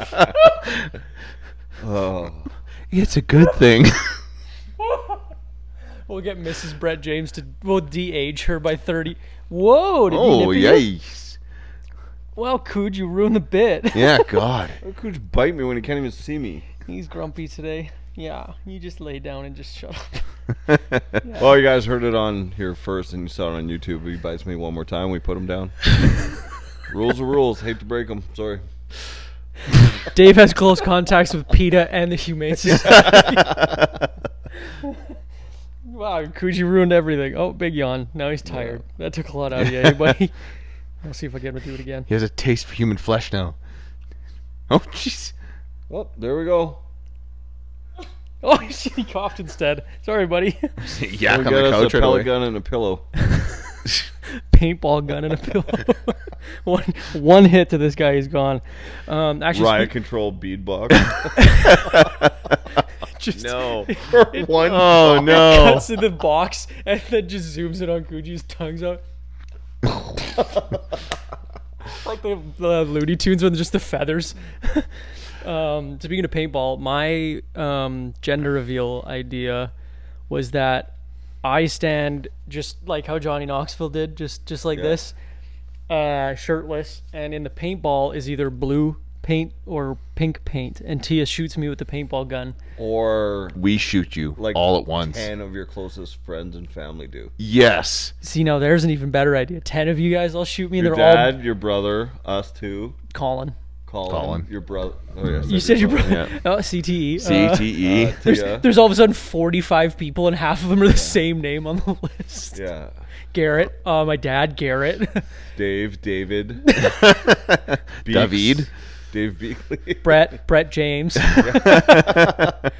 S1: Stewart.
S4: oh.
S9: it's a good thing.
S1: We'll get Mrs. Brett James to we'll de-age her by thirty. Whoa! Did
S9: oh
S1: oh yeah.
S9: yikes!
S1: Well, could you ruin the bit?
S9: <laughs> Yeah, God.
S4: Could bite me when he can't even see me.
S1: <laughs> He's grumpy today. Yeah, you just lay down and just shut up.
S4: Well, you guys heard it on here first, and you saw it on YouTube. He bites me one more time, we put him
S1: <laughs>
S4: down. rules are rules. Hate to break them. Sorry.
S1: <laughs> Dave has close contacts with PETA and the <laughs> Humane Society. <laughs> wow, Kuji ruined everything. Oh, big yawn. Now he's tired. That took a lot out of you, eh, buddy? I'll see if I can do it again.
S9: He has a taste for human flesh now. Oh, jeez.
S4: Well, there we go.
S1: Oh, <laughs> he coughed instead. Sorry, buddy. <laughs>
S9: Yak
S4: We
S9: on
S4: got
S9: the
S4: us
S9: couch
S4: a
S9: right
S4: pellet
S9: away.
S4: gun and a pillow.
S1: Paintball gun and a <laughs> pillow. one one hit to this guy, he's gone. Um, actually,
S4: Riot
S1: speak-
S4: control bead box.
S1: <laughs> just
S9: No.
S1: it
S9: <laughs> One. Oh, no.
S1: cuts in the box and then just zooms in on Gucci's tongues out. like the, the Looney Tunes with just the feathers. <laughs> um, speaking of paintball, my um, gender reveal idea was that I stand just like how Johnny Knoxville did, just just like this, uh, shirtless, and in the paintball is either blue paint or pink paint, and Tia shoots me with the paintball gun.
S4: Or
S9: We shoot you
S4: like
S9: all at once.
S4: Ten of your closest friends and family do.
S9: Yes.
S1: See, now there's an even better idea. Ten of you guys all shoot me, and
S4: Your
S1: they're
S4: dad, your brother, us two,
S1: all Colin.
S4: Colin,
S9: Colin.
S4: your brother. Oh, yeah, E, I
S1: You said your brother.
S9: yeah.
S1: Oh, CTE. Uh,
S9: CTE.
S1: there's,
S4: Tia.
S1: there's all of a sudden 45 people, and half of them are the same name on the <laughs> list.
S4: Yeah.
S1: Garrett. Uh, my dad, Garrett. <laughs>
S4: Dave, David, Beeks,
S9: David.
S4: Dave Beakley.
S1: Brett. Brett
S4: <laughs>
S1: James. <laughs> uh,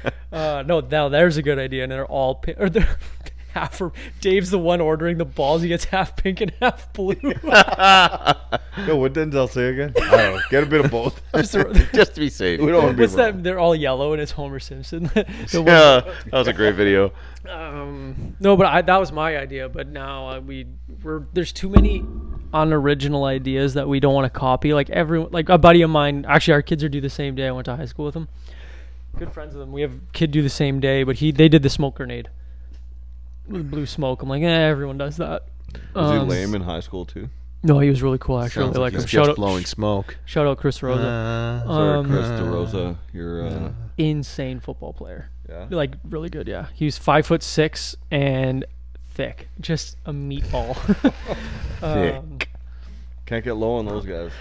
S1: no, now there's a good idea, and they're all pi- or they're <laughs> half. Are, Dave's the one ordering the balls. He gets half pink and half blue. <laughs>
S4: Yo, what Denzel say again? I don't know. Get a bit of both.
S1: Just the-
S9: <laughs> Just to be
S4: <laughs>
S9: safe.
S4: We don't want to be
S1: What's
S4: wrong.
S1: that? They're all yellow, and it's Homer Simpson. <laughs>
S4: <laughs>
S1: The one-
S9: Yeah, that was a great video.
S1: No, but I, that was my idea. But now uh, we we're there's too many unoriginal ideas that we don't want to copy. Like everyone, like a buddy of mine. Actually, our kids are due the same day. I went to high school with him. Good friends with him. We have kid do the same day, but he they did the smoke grenade with blue smoke. I'm like, eh, everyone does that.
S4: Was he
S1: Um,
S4: lame in high school too?
S1: No, he was really cool. Actually, I
S9: Sounds
S1: like
S9: like
S1: him.
S9: he's
S1: Shout
S9: just
S1: out,
S9: blowing smoke.
S1: shout out, Chris Rosa.
S9: Uh,
S4: Or
S1: Um,
S4: Chris DeRosa, your uh,
S1: insane football player.
S4: yeah.
S1: Like really good. Yeah, he was five foot six and thick, just a meatball. <laughs> Um,
S4: Can't get low on those guys.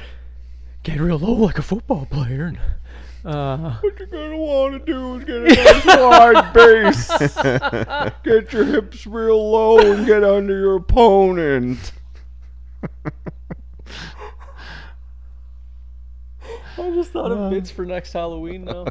S1: get real low like a football player. Uh,
S4: What you're gonna want to do is get a
S1: <laughs>
S4: nice wide base. get your hips real low and get under your opponent.
S1: I just thought of bits for next Halloween now.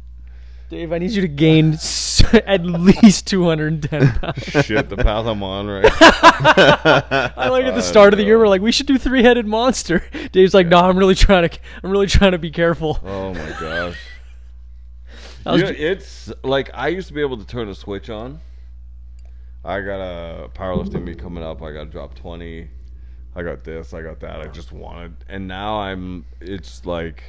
S1: <laughs> Dave, I need you to gain s- <laughs> at least 210 pounds.
S4: Shit, the path I'm on right.
S1: <laughs> I like
S4: Oh,
S1: at the start of the year, we're like, we should do three-headed monster. <laughs> Dave's like, no, I'm really trying to, I'm really trying to be careful.
S4: Oh my gosh.
S1: I was
S4: You know,
S1: ju-
S4: it's like I used to be able to turn a switch on. I got a powerlifting meet coming up. I got to drop 20. I got this. I got that. I just wanted. And now I'm, it's like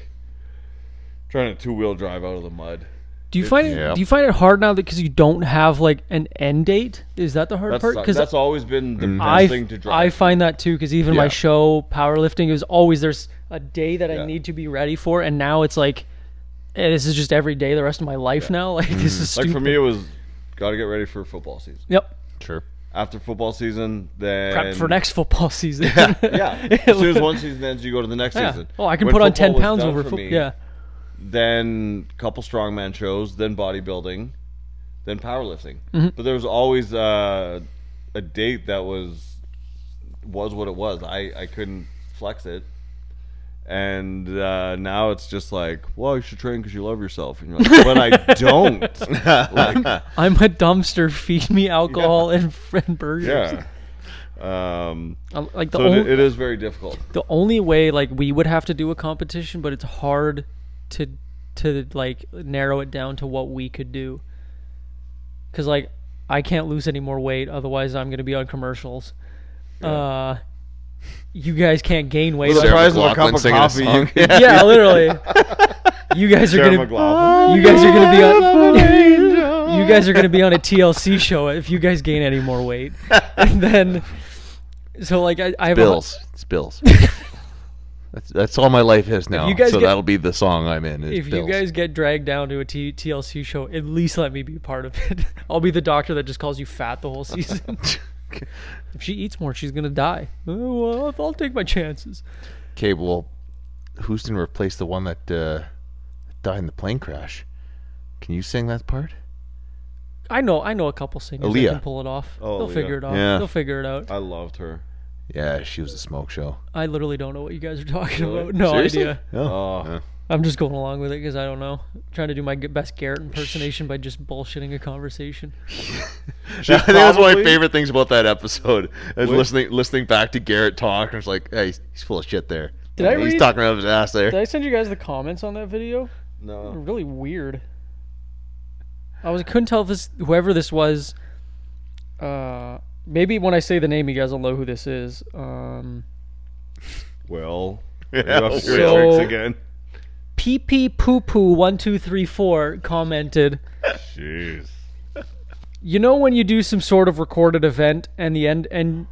S4: trying to two wheel drive out of the mud.
S1: do you find it,
S9: Yeah.
S1: do you find it hard now that because you don't have like an end date? Is that the hard
S4: That's,
S1: part?
S4: that's always been the best
S1: Mm. I,
S4: thing to
S1: I
S4: drive.
S1: find that too because even
S4: Yeah.
S1: my show powerlifting it was always there's a day that
S4: Yeah.
S1: I need to be ready for, and now it's like eh, this is just every day the rest of my life now. <laughs> Like this is
S4: like
S1: stupid.
S4: for me, it was got to get ready for football season.
S1: yep.
S9: sure.
S4: After football season, then
S1: Prep for next football <laughs> season. <laughs>
S4: Yeah, as soon as one season ends, you go to the next
S1: Yeah.
S4: season.
S1: <laughs> Oh, I can
S4: When
S1: put on
S4: football
S1: ten
S4: was
S1: pounds
S4: done
S1: over
S4: for
S1: football.
S4: me,
S1: Yeah.
S4: then couple strongman shows, then bodybuilding, then powerlifting.
S1: Mm-hmm.
S4: But there was always uh, a date that was was what it was. I I couldn't flex it. And uh, now it's just like, well, you should train because you love yourself. And you're like, but I
S1: <laughs>
S4: don't. <laughs> like,
S1: I'm a dumpster. <laughs> Feed me alcohol and, and burgers. <laughs>
S4: yeah. Um,
S1: I'm- Like the
S4: so
S1: only
S4: it, it is very difficult.
S1: the only way like we would have to do a competition, but it's hard to to like narrow it down to what we could do. Cause like I can't lose any more weight, otherwise I'm gonna be on commercials. Uh, you guys can't gain weight.
S9: Sarah
S4: price of a
S9: McLachlan
S4: cup of
S9: singing
S4: coffee, you
S9: song.
S1: <laughs>
S4: can-
S1: yeah,
S4: <laughs>
S1: literally. You guys are
S4: Sarah
S1: gonna
S4: McLachlan.
S1: you guys are gonna be
S4: <laughs>
S1: on you guys are gonna be on a TLC show if you guys gain any more
S9: <laughs>
S1: weight. And then so like I, I have a-
S9: Bills.
S1: <laughs>
S9: It's Bills. that's that's all my life is now.
S1: you guys
S9: so
S1: get-
S9: that'll be the song I'm in. Is
S1: if
S9: Bills.
S1: you guys get dragged down to a T- TLC show, at least let me be part of it. <laughs> I'll be the doctor that just calls you fat the whole
S9: <laughs>
S1: season. <laughs> if she eats more, she's gonna die. Oh, well, I'll- I'll take my chances.
S9: Okay, well, who's gonna replace the one that uh, died in the plane crash? Can you sing that part?
S1: I know, I know a couple singers that
S9: Aaliyah.
S1: can pull it off.
S4: Oh,
S1: They'll
S4: Aaliyah.
S1: figure it out.
S9: Yeah.
S1: They'll figure it out. <laughs>
S4: I loved her.
S9: Yeah, she was a smoke show.
S1: I literally don't know what you guys are talking
S4: Really?
S1: about. No
S9: Seriously?
S1: idea.
S9: No.
S4: Oh,
S1: I'm just going along with it because I don't know. I'm trying to do my g- best Garrett impersonation by just bullshitting a conversation.
S9: I think that's one of my
S4: probably-
S9: favorite things about that episode. Is listening listening back to Garrett talk and it's like, hey, he's, he's full of shit there.
S1: Did I
S9: he's
S1: read-
S9: talking out of his ass there.
S1: Did I send you guys the comments on that video?
S4: no.
S1: Really weird. I was couldn't tell if this whoever this was. Uh, maybe when I say the name, you guys will know who this is. Um, <laughs>
S4: Well,
S9: Yeah,
S4: rough
S9: so-
S4: tricks again.
S1: PP poo poo one two three four commented.
S4: Jeez.
S1: You know when you do some sort of recorded event and the end and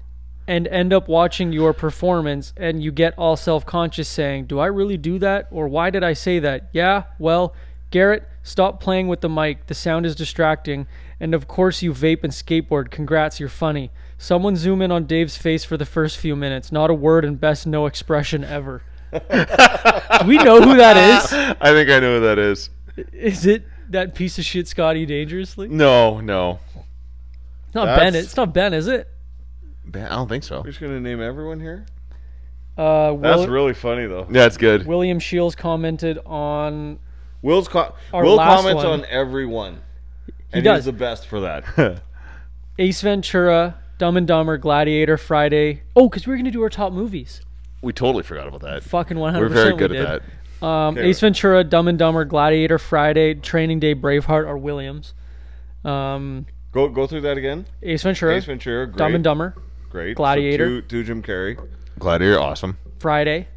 S1: and end up watching your performance and you get all self-conscious saying, "Do I really do that or why did I say that?" Yeah, well, Garrett, stop playing with the mic. The sound is distracting. And of course you vape and skateboard. Congrats, you're funny. Someone zoom in on Dave's face for the first few minutes. Not a word and best no expression ever. do we know who that is?
S9: I think I know who that is.
S1: Is it that piece of shit Scotty Dangerously?
S9: No, no.
S1: It's not
S9: That's-
S1: Ben. It's not Ben, is it?
S9: Man, I don't think so.
S4: We're just gonna name everyone here.
S1: Uh, Will,
S4: That's really funny though.
S9: Yeah, it's good.
S1: William Shields commented on.
S4: Will's co-
S1: Our
S4: Will
S1: last
S4: comments
S1: one.
S4: on everyone.
S1: He
S4: and
S1: does
S4: he's the best for that.
S9: <laughs>
S1: Ace Ventura, Dumb and Dumber, Gladiator, Friday. Oh, because we were gonna do our top movies.
S9: We totally forgot about that.
S1: Fucking one
S9: We're
S1: hundred
S9: very
S1: percent.
S9: good at that.
S1: that. Um, Ace Ventura, Dumb and Dumber, Gladiator, Friday, Training Day, Braveheart, or Williams. Um,
S4: go go through that again.
S1: Ace Ventura,
S4: Ace Ventura, great,
S1: Dumb and Dumber,
S4: great. So
S1: Gladiator.
S4: two, two Jim Carrey.
S9: Gladiator, awesome.
S1: Friday.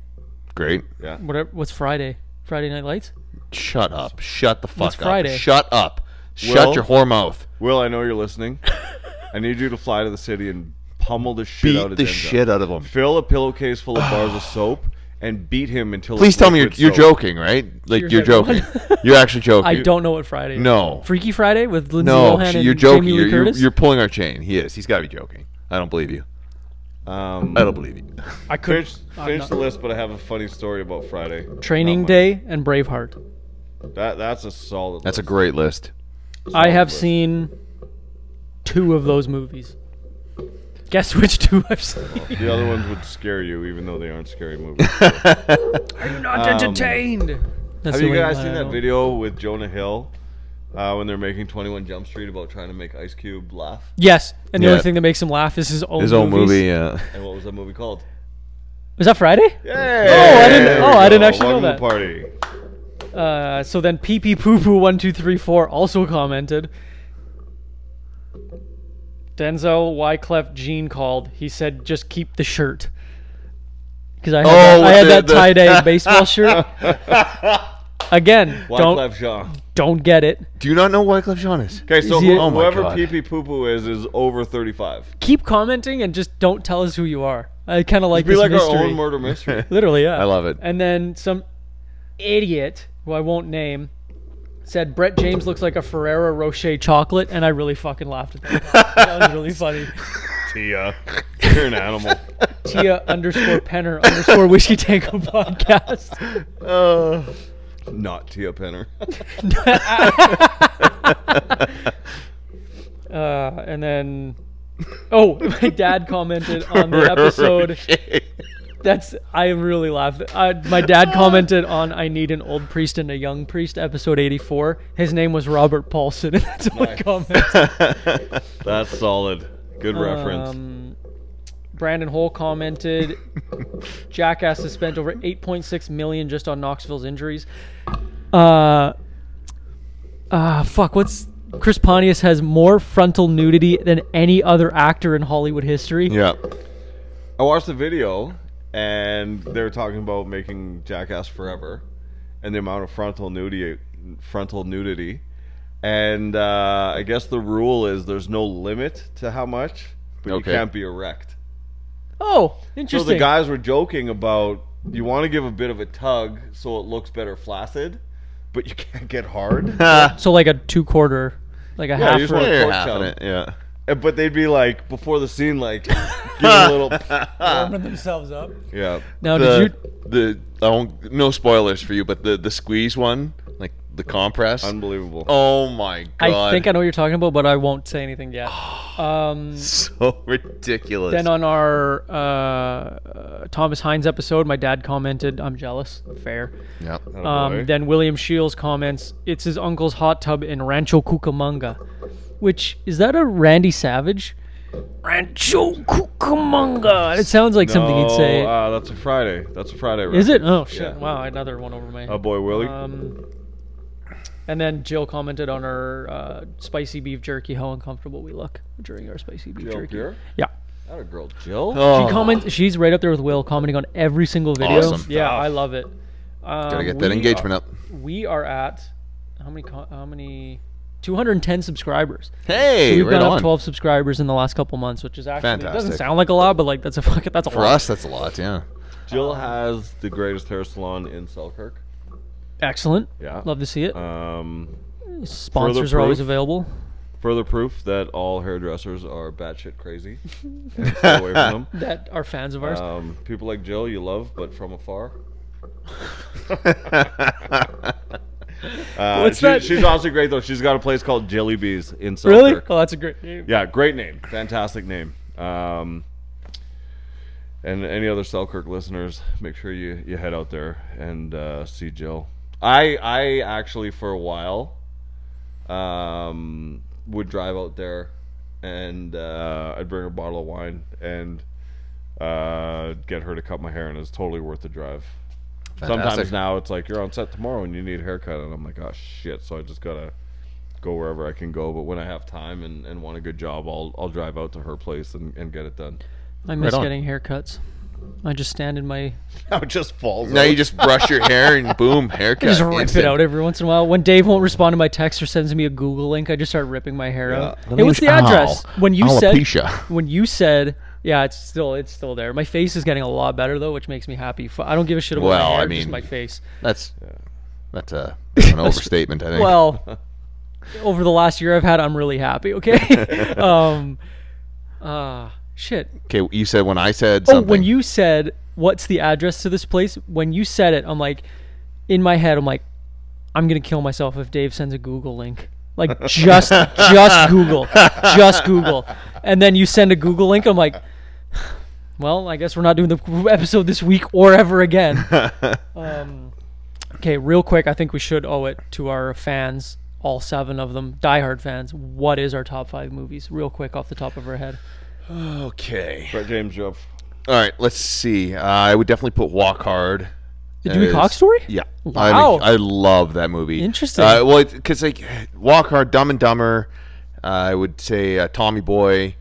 S9: Great.
S1: Whatever. What's Friday? Friday Night Lights.
S9: Shut up. Shut the fuck
S1: What's
S9: up.
S1: Friday?
S9: Shut up.
S4: Will?
S9: Shut your whore mouth.
S4: Will, I know
S1: <laughs>
S4: you're listening. I need you to fly to the city and pummel the shit out
S9: Beat
S4: of
S9: the
S4: Denzel.
S9: shit out of him.
S4: Fill a pillowcase full of bars of soap and beat him until.
S9: Please
S4: it's
S9: tell me you're,
S4: liquid
S9: you're
S4: soap.
S9: joking, right? Like
S1: Cheers,
S9: you're joking. <laughs> you're actually joking.
S1: I don't know what Friday. is.
S9: No.
S1: Freaky Friday with Lindsay
S9: No,
S1: Lohan
S9: she-
S1: and
S9: you're joking.
S1: Jamie Lee
S9: You're, you're,
S1: Curtis.
S9: you're pulling our chain. He is. He's got to be joking. I don't believe you.
S4: Um,
S9: I don't believe you.
S1: I could
S4: finish finish the list, but I have a funny story about Friday.
S1: Training
S4: Not
S1: Day and Braveheart.
S4: much. That that's a solid.
S9: That's a
S4: list.
S9: great list.
S1: I have seen two of those movies. Guess which two I've seen.
S4: The other ones would scare you, even though they aren't scary
S9: <laughs>
S4: movies.
S1: Not entertained. That's the
S4: Oh, Have you
S1: only
S4: guys
S1: one I
S4: seen
S1: know.
S4: that video with Jonah Hill uh, when they're making 21 Jump Street about trying to make Ice Cube laugh?
S1: Yes, and the
S9: Yeah.
S1: only thing that makes him laugh is his own
S9: His own
S1: movies.
S9: movie. Uh,
S4: And what was that movie called?
S1: Was that Friday?
S4: Oh,
S1: I didn't- oh, I didn't actually know that.
S4: Party.
S1: Uh, so then pee pee poo poo one two three four also commented. Denzel Wyclef Jean called. He said, "Just keep the shirt." Because I had
S9: Oh,
S1: that, I
S9: with
S1: had
S9: the-
S1: that
S9: the-
S1: tie
S4: <laughs>
S1: dye baseball shirt. Again, don't
S4: Wyclef Jean.
S1: don't get it.
S9: do you not know Wyclef Jean is?
S4: Okay, so
S1: Is he-
S4: who-
S1: Oh
S9: my
S4: whoever
S9: God.
S4: Pee Pee Poo Poo is is over 35.
S1: keep commenting and just don't tell us who you are. I kind of like
S4: Be
S1: this
S4: like
S1: mystery.
S4: our own murder mystery.
S1: <laughs> Literally, yeah.
S9: I love it.
S1: And then some idiot who I won't name said Brett James looks like a Ferrero Rocher chocolate, and I really fucking laughed at that. that was really funny.
S4: Tia, you're
S1: <laughs>
S4: an animal.
S1: Tia underscore Penner underscore Whiskey Tango podcast.
S4: Not Tia Penner.
S1: Uh, and then. Oh, <laughs> my dad commented on the episode. That's I really laughed. Uh, my dad commented on "I need an old priest and a young priest" episode eighty four. His name was Robert Paulson, and that's my comment.
S4: That's solid. Good reference.
S1: Um, Brandon Hole commented, "Jackass has spent over eight point six million just on Knoxville's injuries." Uh, uh fuck. What's Chris Pontius has more frontal nudity than any other actor in Hollywood history.
S9: Yeah.
S4: I watched the video, and they were talking about making Jackass Forever, and the amount of frontal nudity, frontal nudity, and uh, I guess the rule is there's no limit to how much, but
S9: Okay.
S4: you can't be erect.
S1: Oh,
S4: So
S1: interesting.
S4: the guys were joking about you want to give a bit of a tug so it looks better flaccid, but you <laughs> can't
S1: <laughs>
S4: get hard.
S1: So like a two quarter, like a
S4: you
S1: half.
S4: just
S1: or-
S4: wanna-
S9: They're
S4: pork
S9: half in
S4: chop.
S9: it, Yeah.
S4: And- but they'd be like before the scene,
S1: <laughs>
S4: like give a little, <laughs>
S1: warming themselves up.
S4: yeah.
S1: Now,
S9: The,
S1: Oh, did you?
S9: the I won't, no spoilers for you, but the the squeeze one, like the compress.
S4: Unbelievable.
S9: Oh my god.
S4: Ah,
S1: I think I know what you're talking about, but I won't say anything yet. Um,
S9: So ridiculous.
S1: then on our uh, uh, Thomas Hines episode, my dad commented, "I'm jealous." Fair.
S9: yeah.
S4: Oh,
S1: Um, then William Shields comments, "It's his uncle's hot tub in Rancho Cucamonga," which is that a Randy Savage? Rancho Cucamonga. It sounds like something he'd say.
S4: No, Uh, that's a Friday. That's a Friday.
S1: is it?
S4: reference.
S1: Oh shit!
S4: Yeah.
S1: Wow, another one over my.
S4: Oh boy, Willie.
S1: Um, and then Jill commented on our uh, spicy beef jerky, how uncomfortable we look during our spicy beef
S4: Jill
S1: jerky.
S4: Pure.
S1: Yeah.
S4: Not a girl, Jill.
S9: Oh,
S1: She comments. She's right up there with Will, commenting on every single video.
S9: Awesome.
S1: Yeah, I love it. Um,
S9: gotta get
S1: we
S9: that engagement up.
S1: Are, we are at how many? co- How many? 210 subscribers. So
S9: Hey,
S1: we've
S9: right
S1: got up
S9: on.
S1: 12 subscribers in the last couple months, which is actually it doesn't
S9: Fantastic.
S1: sound like a lot, but like that's a fucking that's a
S9: For
S1: lot.
S9: us, that's a lot. Yeah.
S4: Jill has the greatest hair salon in Selkirk.
S1: Excellent.
S4: Yeah.
S1: Love to see it.
S4: Um,
S1: Sponsors are always
S4: proof.
S1: available.
S4: further proof that all hairdressers are
S1: <laughs>
S4: batshit crazy. and stay away from them.
S1: That are fans of
S9: Uh,
S1: ours.
S4: Um, people like Jill, you love, but from afar. Uh,
S1: What's
S4: she-
S1: that-
S4: She's also great though. She's got a place called Jelly Bees in
S1: <laughs>
S4: Selkirk.
S1: really? Oh, that's a great name.
S4: Yeah, great name. Fantastic name. Um, and any other Selkirk listeners, make sure you, you head out there and uh, see Jill. I I actually for a while um, would drive out there and uh, I'd bring her a bottle of wine and uh, get her to cut my hair, and it's totally worth the drive. Sometimes
S9: Fantastic.
S4: now it's like you're on set tomorrow and you need a haircut, and I'm like, oh shit! So I just gotta go wherever I can go. But when I have time and, and want a good job, I'll I'll drive out to her place and, and get it done.
S1: I miss
S9: on.
S1: getting haircuts. I just stand in my
S4: <laughs> Now it just falls.
S9: Now you just brush your
S1: <laughs>
S9: hair and boom, haircut.
S1: just rip
S9: Instant.
S1: it out every once in a while. When Dave won't respond to my text or sends me a Google link, I just start ripping my hair out.
S9: The
S1: Hey, what's the
S9: name's
S1: address?
S9: Al.
S1: When you said
S9: Alopecia.
S1: when you said yeah, it's still it's still there. My face is getting a lot better though, which makes me happy. F- I don't give a shit about
S9: Well,
S1: my
S9: I
S1: hair, just
S9: mean-
S1: my face.
S9: That's
S1: <laughs>
S9: that's a an overstatement. I think.
S1: Well, over the last year I've had, I'm really happy. Okay. <laughs>
S9: <laughs>
S1: um, uh, shit.
S9: okay, you said when I said
S1: Oh,
S9: something.
S1: when you said what's the address to this place? When you said it, I'm like, in my head, I'm like, I'm gonna kill myself if Dave sends a Google link.
S9: <laughs>
S1: Like just just Google, just Google, and then you send a Google link. I'm like, well, I guess we're not doing the <laughs> episode this week or ever again.
S9: <laughs>
S1: um, okay, real quick, I think we should owe it to our fans, all seven of them, diehard fans. What is our top five movies? Real quick, off the top of our head.
S9: okay,
S4: Right, James, you're up.
S9: all right, let's see. Uh, I would definitely put Walk Hard.
S1: The Dewey
S9: as-
S1: Cox story?
S9: Yeah.
S1: Wow.
S9: I, I love that movie.
S1: Interesting.
S9: Uh, well, because like Walk Hard, Dumb and Dumber, uh, I would say uh, Tommy Boy.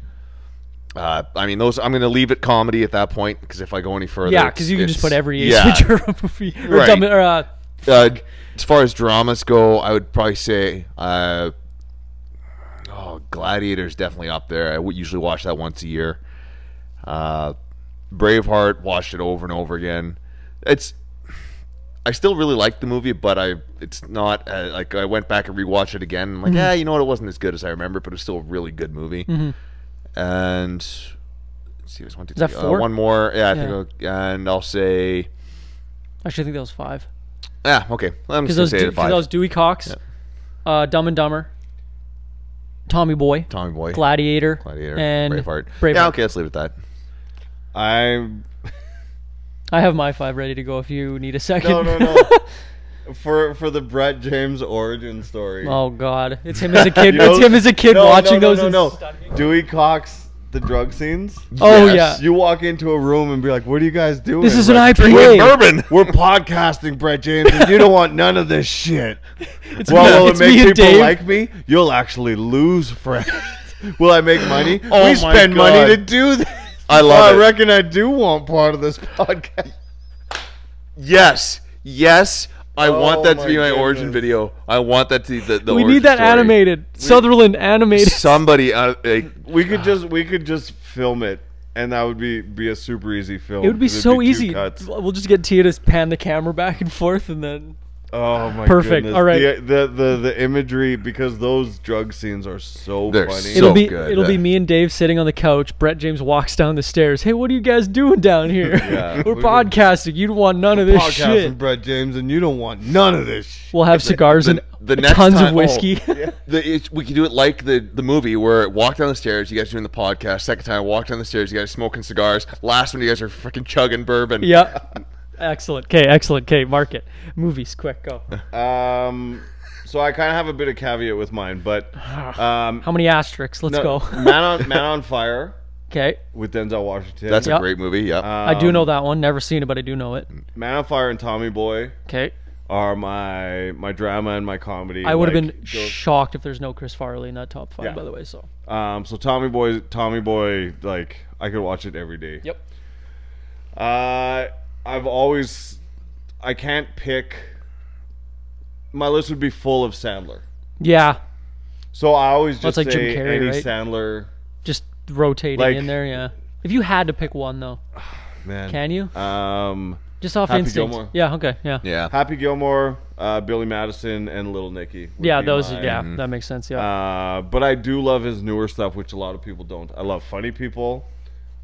S9: Uh, I mean, those. I'm going to leave it comedy at that point because if I go any further,
S1: Yeah, because you can just put
S9: it's-
S1: every Ace <laughs>
S9: yeah.
S1: Ventura movie or,
S9: Right.
S1: dumb, or uh,
S9: uh, as far as dramas go, I would probably say, uh, oh, Gladiator's definitely up there. I would usually watch that once a year. Uh, Braveheart, watched it over and over again. It's, I still really like the movie, but I, it's not uh, like I went back and rewatched it again. I'm like,
S1: Mm-hmm.
S9: yeah, you know what? It wasn't as good as I remember, but it was still a really good movie. And let's see, it was one, two,
S1: that
S9: three, uh,
S1: four?
S9: one more. Yeah, I think.
S1: Yeah.
S9: I'll, and I'll say,
S1: actually, I think that was five.
S9: ah, okay. I'm
S1: Because
S9: just gonna
S1: those,
S9: say it
S1: because
S9: at five.
S1: those Dewey Cox, uh, Dumb and Dumber, Tommy Boy,
S9: Tommy Boy.
S1: Gladiator,
S9: Gladiator,
S1: and
S9: Braveheart.
S1: Braveheart.
S9: Yeah, okay, let's leave it at that.
S4: I'm
S1: I have my five ready to go if you need a second.
S4: no no no. <laughs> for for the Brett James origin
S1: <laughs>
S4: story.
S1: oh God, it's him as a
S9: <laughs>
S1: kid.
S4: You know-
S1: it's him as a kid
S4: No, no,
S1: watching
S4: no,
S1: those.
S4: No,
S1: and-
S4: no, Dewey Cox, the drug scenes.
S1: Oh
S9: Yes.
S1: yeah,
S4: You walk into a room and be like, "What are you guys doing?"
S1: this is an
S4: Like,
S1: IPA.
S9: Bourbon.
S4: We're podcasting, Brett James, and you don't want none of this shit.
S1: It's
S4: Well,
S1: me-
S4: will it
S1: it's me
S4: make
S1: and
S4: people
S1: Dave.
S4: like me? You'll actually lose friends. <laughs> will I make money?
S9: Oh
S4: we
S9: my
S4: spend
S9: God.
S4: money to do this.
S9: I love
S4: I
S9: it.
S4: reckon I do want part of this podcast.
S9: Yes, yes. I want that to
S4: Oh my
S9: be my origin
S4: goodness.
S9: video. I want that to be the, the
S1: We
S9: origin
S1: need that
S9: story.
S1: animated. Sutherland
S9: <laughs>
S1: animated.
S9: Somebody, uh, like,
S4: We could just we could just film it, and that would be be a super easy film.
S1: It would be
S4: 'cause it'd
S1: so
S4: two
S1: easy.
S4: cuts.
S1: We'll just get Tia to pan the camera back and forth, and then
S4: Oh my
S1: Perfect.
S4: goodness.
S1: All right.
S4: The, the the the imagery because those drug scenes are so
S9: They're
S4: funny.
S9: so-
S1: It'll be
S9: good,
S1: it'll be
S9: uh,
S1: me and Dave sitting on the couch. Brett James walks down the stairs. Hey, what are you guys doing down here?
S4: Yeah.
S1: <laughs> we're
S4: We-
S1: podcasting. You'd want none of this
S4: Podcast
S1: shit.
S4: with Brett James, and you don't want none of this. Shit.
S1: We'll have cigars
S9: the-
S1: and
S9: the next
S1: tons
S9: time- Oh,
S1: of whiskey. <laughs>
S4: <laughs>
S9: The, it's we can do it like the, the movie where it walked down the stairs, you guys doing the podcast. Second time, walked down the stairs, you guys smoking cigars. Last one, you guys are freaking chugging bourbon.
S1: yeah. Excellent. Okay, excellent. Okay, mark it. Movies, quick, go.
S4: Um, so I kind of have a bit of caveat with mine, but um,
S1: How many asterisks? Let's
S4: no,
S1: go.
S4: <laughs>
S1: <laughs>
S4: Man on Man on Fire
S1: Okay.
S4: with Denzel Washington.
S9: That's
S1: Yeah.
S9: a great movie. Yeah.
S4: Uh,
S1: I do know that one. Never seen it, but I do know it.
S4: Man on Fire and Tommy Boy
S1: Okay.
S4: are my my drama and my comedy.
S1: I would have
S4: like,
S1: been
S4: those-
S1: shocked if there's no Chris Farley in that top five,
S4: Yeah.
S1: by the way. So
S4: Um, so Tommy Boy, Tommy Boy, like I could watch it every day.
S1: Yep.
S4: Uh, I've always, I can't pick. My list would be full of Sandler,
S1: yeah,
S4: so I always
S1: Well, it's
S4: just
S1: like Jim
S4: say
S1: Carrey,
S4: any
S1: right?
S4: Sandler.
S1: just rotating
S4: Like-
S1: in there. Yeah. If you had to pick one though,
S4: Man,
S1: can you?
S4: um,
S1: Just off
S4: Happy
S1: instinct.
S4: Gilmore.
S1: Yeah. Okay. Yeah. Yeah.
S9: yeah.
S4: Happy Gilmore, uh, Billy Madison, and Little Nicky. would be
S1: those.
S4: mine.
S1: Yeah. That makes sense. Yeah.
S4: Uh, but I do love his newer stuff, which a lot of people don't. I love Funny People.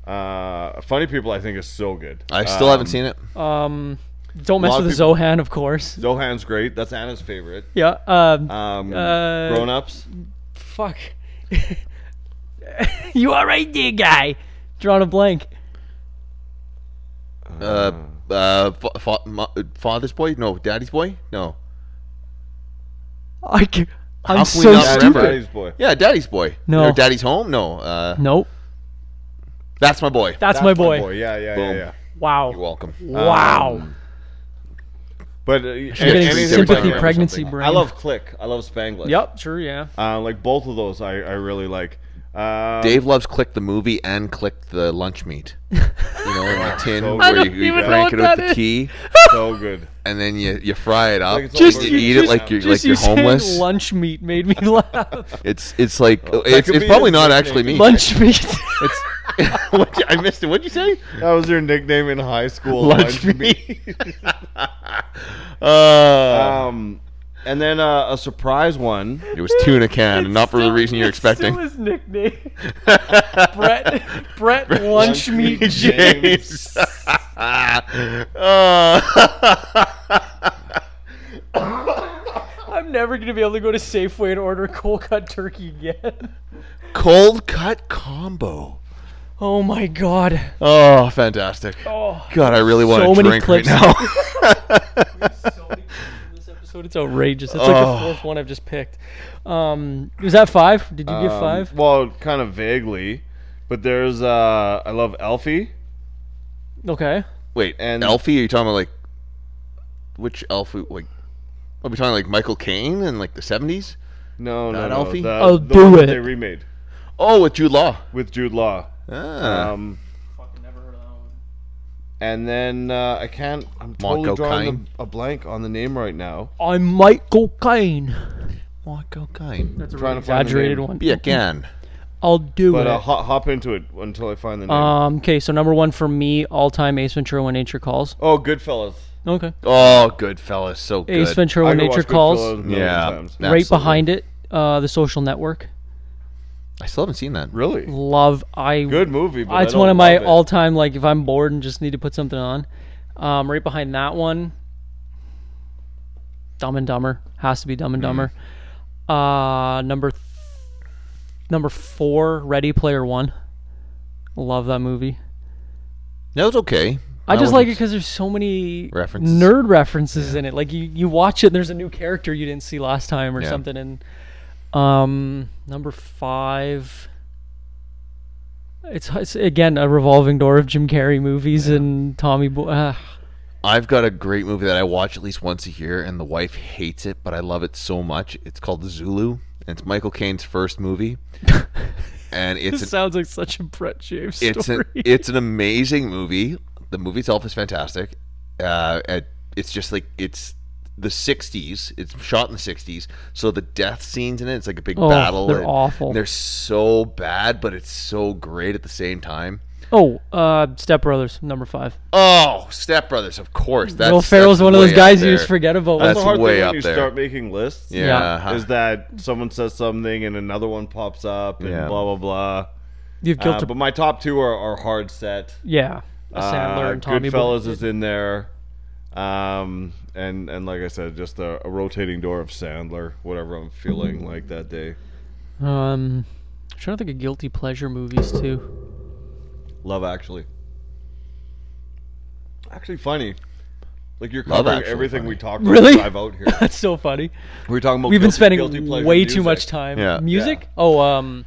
S4: Uh, Funny People, I think, is so good.
S9: I still haven't seen it.
S1: um, don't mess
S4: lot
S1: with the
S4: of people-
S1: Zohan, of
S4: <laughs>
S1: course.
S4: Zohan's great. That's Anna's favorite.
S1: Yeah. Um,
S4: Um,
S1: Uh,
S4: grown ups.
S1: fuck. <laughs> you all right, dear guy? Drawn a blank.
S9: Uh, uh, fa- fa- mo- father's boy? No, daddy's boy? No.
S1: I can, I'm
S9: How can we
S1: so
S9: not
S1: stupid.
S9: remember?
S4: Daddy's boy.
S9: Yeah, daddy's boy.
S1: No.
S9: Or daddy's home? No. Uh,
S1: Nope.
S9: that's my boy.
S1: That's, my, boy.
S4: Yeah, yeah,
S9: Boom.
S4: yeah, yeah.
S1: Wow.
S9: You're welcome.
S1: Wow.
S4: But uh,
S1: You're getting
S9: anything
S1: sympathy
S9: different or
S1: pregnancy
S9: something.
S1: brain.
S4: I love Click. I love Spanglish.
S1: Yep. True. Yeah.
S4: Uh, like both of those, I, I really like. Um,
S9: Dave loves click the movie and click the lunch meat. You know, in a tin
S4: so
S9: where
S4: good.
S9: you, you
S1: even know
S9: crank
S1: what
S9: it with
S1: that
S9: the
S1: is.
S9: key,
S4: so good.
S9: and then you, you fry it up.
S4: Like it's all
S9: just
S4: burgers
S9: you eat
S4: now.
S9: it like you're like
S1: Just
S9: you're
S1: you saying
S9: homeless.
S1: lunch meat made me <laughs> laugh.
S9: It's it's like
S4: That
S9: it's,
S4: could
S9: it's
S4: be
S9: probably
S4: his
S9: not
S4: nickname.
S9: actually me.
S1: lunch meat.
S9: It's <laughs> what you- I missed it. What'd you say?
S4: That was your nickname in high school.
S9: Lunch meat. uh,
S4: Um, and then uh, a surprise one.
S9: it was
S1: <laughs>
S9: tuna can, and not for the reason you're
S1: It's still
S9: <laughs> expecting.
S1: his nickname. Brett. Brett lunch meat.
S4: James.
S9: <laughs> Ah. Uh,
S1: I'm never gonna be able to go to Safeway and order cold cut turkey again.
S9: cold cut combo.
S1: Oh my god.
S9: Oh, fantastic!
S1: Oh.
S9: God, I really want
S1: So
S9: to
S1: many
S9: drink
S1: clips.
S9: right now.
S1: So many clips in <laughs> this episode. It's outrageous. It's
S4: Oh.
S1: like the fourth one I've just picked. Um, was that five? Did you give
S4: Um,
S1: five?
S4: Well, kind of vaguely, but there's uh, I love Elfie.
S1: Okay.
S9: Wait,
S4: And-
S9: and Elfie? Are you talking about like which Elfie? Like, are we talking like Michael Caine in like the seventies?
S4: No, no,
S9: Not
S4: no.
S9: Elfie?
S4: The,
S1: I'll
S4: the
S1: Oh, do
S4: one that
S1: it.
S4: They remade
S9: Oh, with Jude Law.
S4: with Jude Law.
S9: Ah.
S4: Um, and then uh, I can't. I'm totally
S9: Monco
S4: drawing
S9: Kine.
S4: a, a blank on the name right now.
S1: I'm Michael Caine.
S9: Michael Caine.
S1: That's a
S4: Trying to find the
S1: exaggerated
S4: name.
S1: one.
S9: <laughs> Be a can.
S1: I'll do
S4: But
S1: it.
S4: uh, hop, hop into it until I find the name.
S1: Um, okay, so number one for me, all time Ace Ventura when nature calls.
S4: oh, Goodfellas.
S1: Okay.
S9: Oh, good fella, so good.
S1: Ace Ventura
S4: I
S1: when
S4: could
S1: nature
S4: watch Goodfellas a
S1: calls.
S4: million
S9: Yeah,
S4: times.
S9: absolutely.
S1: Right behind it, uh, the social network.
S9: I still haven't seen that.
S4: Really
S1: Love I
S4: good movie. But I
S1: it's
S4: don't
S1: one of my
S4: love it.
S1: all time like if I'm bored and just need to put something on. Um, right behind that one. Dumb and Dumber. Has to be Dumb and
S4: Mm-hmm.
S1: Dumber. Uh number th- number four, Ready Player One. Love that movie.
S9: That was okay.
S1: I just
S9: That wasn't-
S1: like it because there's so many
S9: References.
S1: nerd references in it. Like you, you watch it, and there's a new character you didn't see last time or
S9: Yeah.
S1: something. And um, number five, it's, it's again a revolving door of Jim Carrey movies and Tommy Boy. Uh,
S9: I've got a great movie that I watch at least once a year, and the wife hates it, but I love it so much. It's called Zulu, and it's Michael Caine's
S1: <laughs>
S9: first movie, and it's
S1: this
S9: an
S1: sounds like such a Brett James story.
S9: it's an <laughs> it's an amazing movie. The movie itself is fantastic. Uh, it- it's uh, just like it's the 60s. It's shot in the 60s. So the death scenes in it, it's like a big
S1: Oh,
S9: battle.
S1: they're
S9: and
S1: awful.
S9: They're so bad, but it's so great at the same time.
S1: Oh, uh, Step Brothers, number five.
S9: Oh, Step Brothers, of course. That's,
S1: Will Ferrell's
S9: that's
S1: one of
S9: way
S1: those
S9: up
S1: guys you
S9: there.
S1: just forget about.
S9: That's
S4: the hard
S9: way
S4: thing
S9: up
S4: when you
S9: there.
S4: start making lists.
S9: Yeah. Uh-huh.
S1: Yeah.
S9: huh.
S4: Is that someone says something and another one pops up and
S9: Yeah.
S4: blah blah blah.
S1: You've
S4: Uh,
S1: guilt.
S4: but my top two are, are hard set.
S1: yeah, Sandler
S4: Uh,
S1: and Tommy
S4: Goodfellas
S1: Boy.
S4: is in there, um, and and like I said, just a, a rotating door of Sandler, whatever I'm feeling like that day.
S1: Um, I'm trying to think of guilty pleasure movies too.
S4: Love Actually. Actually, funny. Like you're
S9: Love
S4: covering
S9: Actually
S4: everything
S9: funny.
S4: we talked
S1: Really?
S4: about. Drive out here.
S1: That's so funny.
S4: We We're talking about
S1: We've been
S4: guilty- guilty
S1: spending way
S4: pleasure
S1: too
S4: music.
S1: much time.
S9: Yeah.
S1: Music? Oh, um,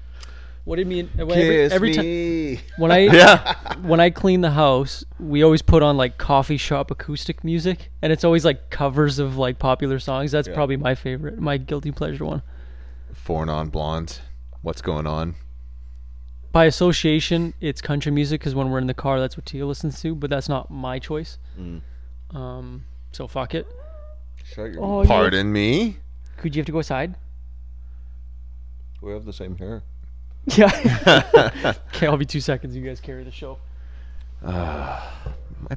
S1: what did me and <laughs> every,
S4: Kiss
S1: every time
S4: me.
S1: when I
S9: Yeah.
S1: when I clean the house, we always put on like coffee shop acoustic music, and it's always like covers of like popular songs. That's probably my favorite, my guilty pleasure one.
S9: Four non blondes. What's going on?
S1: By association, it's country music because when we're in the car, that's what Tia listens to. But that's not my choice. Um, so fuck it.
S4: Shut your
S1: Oh,
S4: mouth.
S1: you-
S9: Pardon me?
S1: could you have to go aside?
S4: We have the same hair.
S1: Yeah.
S4: <laughs>
S1: okay, I'll be two seconds. You guys carry the show.
S9: My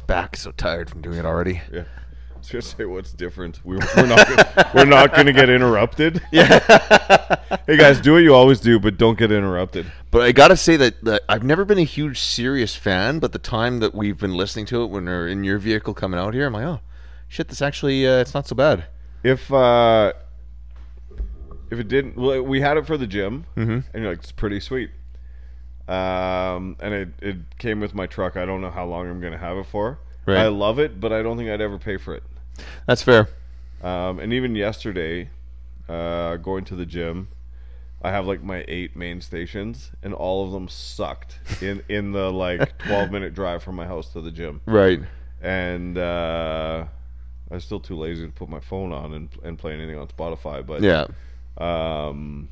S9: back is so tired from doing it already.
S4: Yeah. I was gonna say what's different. We, we're not. Gonna, we're not gonna get interrupted. <laughs> Yeah. hey guys, do what you always do, but don't get interrupted.
S9: But I gotta say that, that I've never been a huge serious fan. But the time that we've been listening to it, when we're in your vehicle coming out here, I'm like, oh, shit, this actually uh, it's not so bad.
S4: If uh, if it didn't, well, we had it for the gym,
S9: Mm-hmm.
S4: and you're like, it's pretty sweet. Um, and it it came with my truck. I don't know how long I'm gonna have it for.
S9: Right.
S4: I love it, but I don't think I'd ever pay for it.
S9: That's fair.
S4: Um, and even yesterday, uh, going to the gym, I have like my eight main stations, and all of them sucked in <laughs> in the like twelve minute drive from my house to the gym.
S9: Right.
S4: And uh, I was still too lazy to put my phone on and and play anything on Spotify. But
S9: Yeah.
S4: um,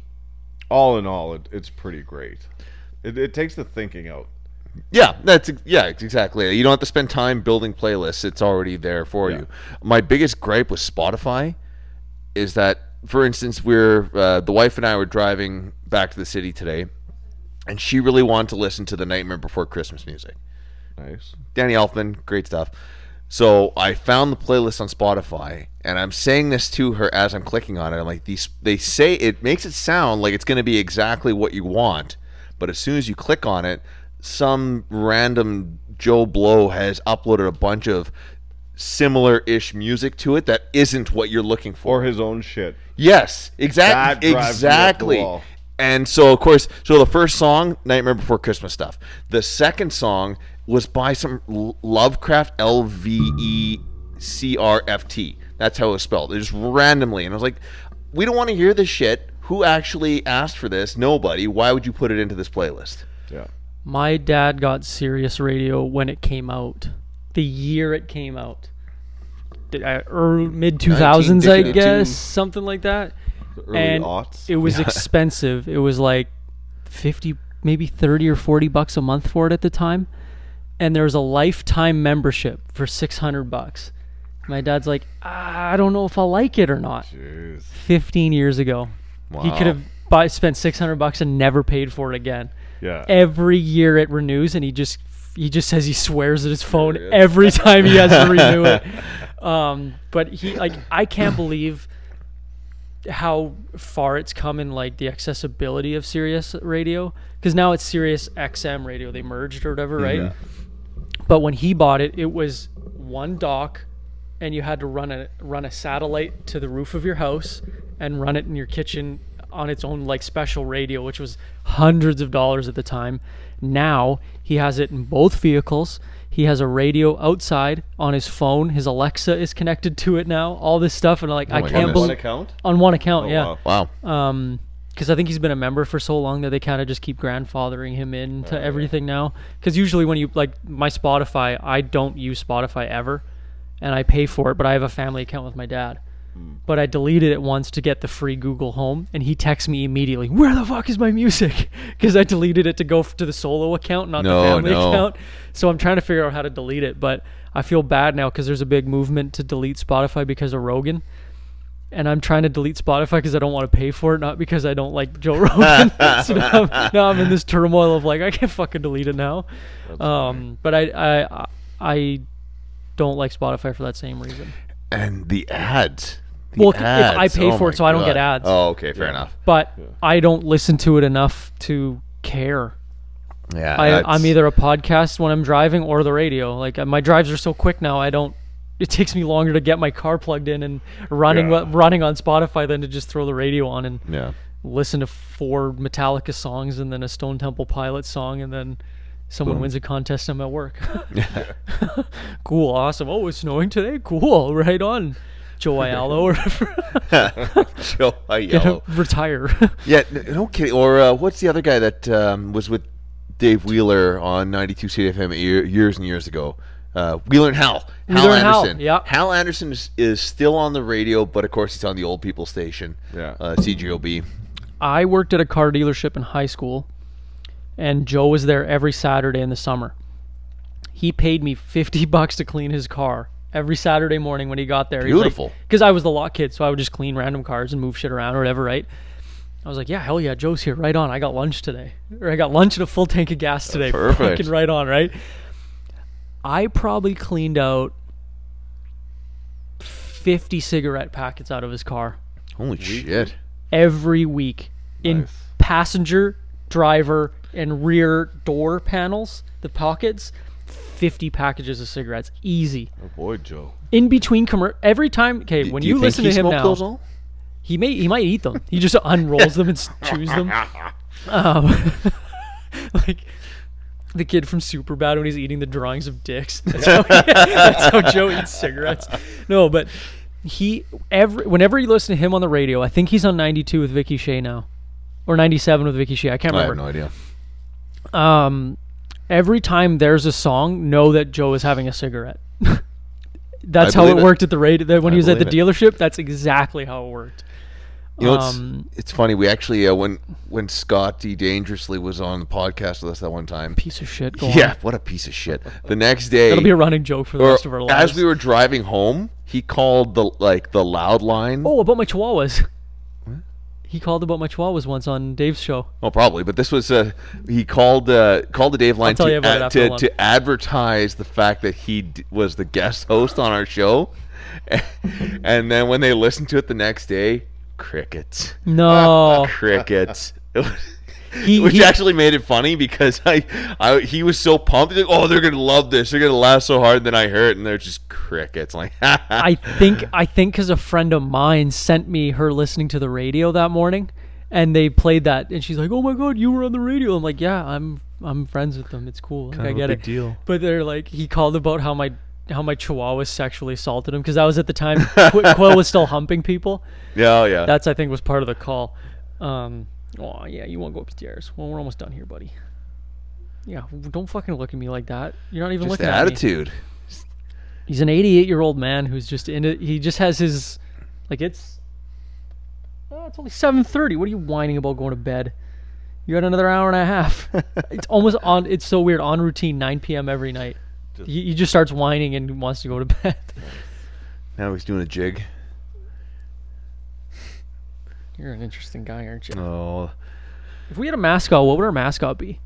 S4: all in all, it, it's pretty great. It, it takes the thinking out.
S9: Yeah. That's yeah. ex- Exactly. You don't have to spend time building playlists. It's already there for you. My biggest gripe with Spotify is that, for instance, we're uh, the wife and I were driving back to the city today, and she really wanted to listen to the Nightmare Before Christmas music.
S4: Nice.
S9: Danny Elfman, great stuff. So I found the playlist on Spotify, and I'm saying this to her as I'm clicking on it. I'm like, these they say it makes it sound like it's going to be exactly what you want, but as soon as you click on it, some random Joe Blow has uploaded a bunch of similar-ish music to it that isn't what you're looking for.
S4: Or his own shit.
S9: Yes, exactly.
S4: That drives me up the
S9: Exactly.
S4: wall.
S9: And so, of course, so the first song, Nightmare Before Christmas stuff. The second song was by some L- Lovecraft, L V E C R F T. That's how it was spelled. It just randomly. And I was like, we don't want to hear this shit. Who actually asked for this? Nobody. Why would you put it into this playlist?
S4: Yeah.
S1: My dad got Sirius Radio when it came out, the year it came out, the, uh, early mid two thousands, I
S9: 1952.
S1: guess, something like that.
S4: Early
S1: and
S4: aughts.
S1: it was expensive. It was like fifty, maybe thirty or forty bucks a month for it at the time, and there was a lifetime membership for six hundred bucks. My dad's like, "Ah, I don't know if I'll like it or not.
S4: Jeez.
S1: Fifteen years ago, he
S9: Wow.
S1: could have buy, spent six hundred bucks and never paid for it again
S4: Yeah.
S1: every year it renews and he just he just says he swears at his phone every time he has to renew it um but he like i can't believe how far it's come in like the accessibility of Sirius radio because now it's Sirius XM radio they merged or whatever right but when he bought it it was one dock and you had to run a run a satellite to the roof of your house and run it in your kitchen on its own like special radio which was hundreds of dollars at the time now he has it in both vehicles he has a radio outside on his phone his alexa is connected to it now all this stuff and like i
S9: my
S1: can't
S9: goodness.
S1: believe
S4: One account. Oh,
S1: on one account yeah
S4: wow.
S9: Wow.
S1: because I think he's been a member for so long that they kind of just keep grandfathering him
S9: Oh,
S1: into everything now. Because usually when you like my Spotify, I don't use Spotify ever, and I pay for it, but I have a family account with my dad,
S9: Hmm.
S1: But I deleted it once to get the free Google Home, and he texts me immediately, "Where the fuck is my music?" <laughs> Because I deleted it to go f- to the solo account, not
S9: No,
S1: the family
S9: no.
S1: account. So I'm trying to figure out how to delete it, but I feel bad now because there's a big movement to delete Spotify because of Rogan, and I'm trying to delete Spotify because I don't want to pay for it, not because I don't like Joe <laughs> Rogan. so now
S9: <laughs>
S1: I'm, now I'm in this turmoil of like I can't fucking delete it now. Um, but I, I I I don't like Spotify for that same reason.
S9: And the ads. The
S1: Well, if I
S9: ads.
S1: pay for
S9: my
S1: it, so I don't get ads.
S9: Oh, okay, fair enough.
S1: But I don't listen to it enough to care.
S9: Yeah,
S1: I,
S9: that's-
S1: I'm either a podcast when I'm driving or the radio. Like uh, my drives are so quick now, I don't. It takes me longer to get my car plugged in and running
S9: Yeah.
S1: running on Spotify than to just throw the radio on and
S9: yeah. <laughs>
S1: listen to four Metallica songs and then a Stone Temple Pilot song and then someone wins a contest. and I'm at work. <laughs> cool, awesome. Oh, it's snowing today. Cool, right on. Joe Ayala or <laughs>
S9: Joe Aiello.
S1: retire. <laughs>
S9: Yeah, n- no kidding. Or uh, what's the other guy that um, was with Dave Wheeler on 92 CFM e- years and years ago? Uh, Wheeler and Hal. Hal
S1: Wheeler and Hal,
S9: Anderson.
S1: yeah.
S9: Hal Anderson is, is still on the radio, but of course he's on the old people station.
S4: Yeah.
S9: Uh, CGOB.
S1: I worked at a car dealership in high school, and Joe was there every Saturday in the summer. He paid me 50 <laughs> bucks to clean his car every Saturday morning when he got there.
S9: Beautiful.
S1: Because I was the lot kid, so I would just clean random cars and move shit around or whatever, right? I was like, yeah, hell yeah, Joe's here. Right on. I got lunch today. Or I got lunch and a full tank of gas today.
S9: Perfect.
S1: Fucking right on, right? I probably cleaned out 50 cigarette packets out of his car
S9: Holy shit.
S1: every week in passenger, driver, and rear door panels, the pockets, 50 packages of cigarettes. Easy.
S4: Boy, Joe.
S1: In between commer- every time, okay, when
S9: Oh, Do
S1: you,
S9: think
S1: listen
S9: he
S1: to him
S9: smoked
S1: now,
S9: those all?
S1: he may he might eat them. He just unrolls them and s- chews
S9: <laughs>
S1: them. Um, <laughs> like the kid from Superbad when he's eating the drawings of dicks. <laughs> That's how, that's how Joe eats cigarettes. No, but he every whenever you listen to him on the radio, I think he's on 92 with Vicky Shea now, or 97 with Vicky Shea. I can't
S9: I
S1: remember
S9: have no idea.
S1: um, every time there's a song, know that Joe is having a cigarette. <laughs> that's
S9: I
S1: how it
S9: believe it.
S1: worked at the radio. That when
S9: I
S1: he was at the
S9: believe
S1: dealership, that's exactly how it worked.
S9: You know, it's,
S1: Um,
S9: it's funny. We actually, uh, when when Scotty Dangerously was on the podcast with us that one time.
S1: Piece of shit. Go
S9: Yeah,
S1: on.
S9: what a piece of shit. The next day.
S1: That'll be a running joke for the
S9: or
S1: rest of our lives.
S9: As we were driving home, he called the like the loud line.
S1: oh, about my chihuahuas. He called about my chihuahuas once on Dave's show.
S9: Well, probably, but this was uh, he called uh, called the Dave line
S1: tell
S9: to,
S1: you about it
S9: ad-
S1: after
S9: to,
S1: lunch.
S9: to advertise the fact that he d- was the guest host on our show, <laughs> and then when they listened to it the next day, crickets, <laughs>
S1: No,
S9: crickets. It was-
S1: he,
S9: Which
S1: he-
S9: actually made it funny because I, I he was so pumped. He's like, oh, they're gonna love this. They're gonna laugh so hard. And then I heard it, and they're just crickets. Like, <laughs>
S1: I think I think because a friend of mine sent me her listening to the radio that morning, and they played that, and she's like, "Oh my god, you were on the radio!" I'm like, "Yeah, I'm I'm friends with them. It's cool. Like, I get it." Deal. But they're like, he called about how my how my chihuahua sexually assaulted him because that was at the
S9: <laughs>
S1: time Qu- Quill was still humping people.
S9: yeah, oh, yeah.
S1: That's I think was part of the call. Um, oh yeah, you want to go upstairs? Well, we're almost done here, buddy. Yeah, don't fucking look at me like that. You're not even
S9: just
S1: looking
S9: the
S1: at me
S9: attitude.
S1: he's an 88 year old man who's just in it he just has his like it's oh, it's only 7.30 what are you whining about going to bed you got another hour and a
S9: <laughs>
S1: half it's almost on it's so weird on routine 9 p.m every night he, he just starts whining and wants to <laughs> go to bed
S9: Now he's doing a jig.
S1: you're an interesting guy aren't you
S9: Oh,
S1: if we had a mascot what would our mascot be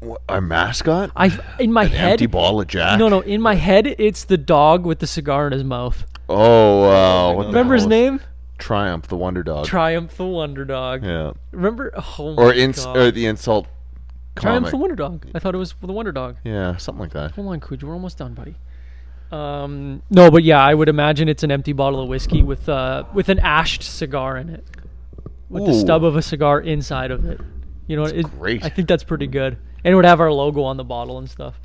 S9: What, our mascot?
S1: i in my head
S9: Empty ball of Jack.
S1: no no in my head it's the dog with the cigar in his mouth
S9: Oh, uh, what the
S1: remember his
S9: hell is-
S1: name
S9: Triumph, the Wonder Dog.
S1: triumph the wonder dog
S9: yeah.
S1: remember oh my
S9: Or ins-
S1: God.
S9: or the insult
S1: Triumph
S9: comic.
S1: the Wonder Dog. I thought it was the Wonder Dog.
S9: yeah, something like that.
S1: Hold on, Cooj. We're almost done, buddy. Um, no, but yeah, I would imagine it's an empty bottle of whiskey with uh with an ashed cigar in it, with the
S9: Ooh.
S1: stub of a cigar inside of it. You know, it,
S9: great.
S1: I think that's pretty good, and it would have our logo on the bottle and stuff.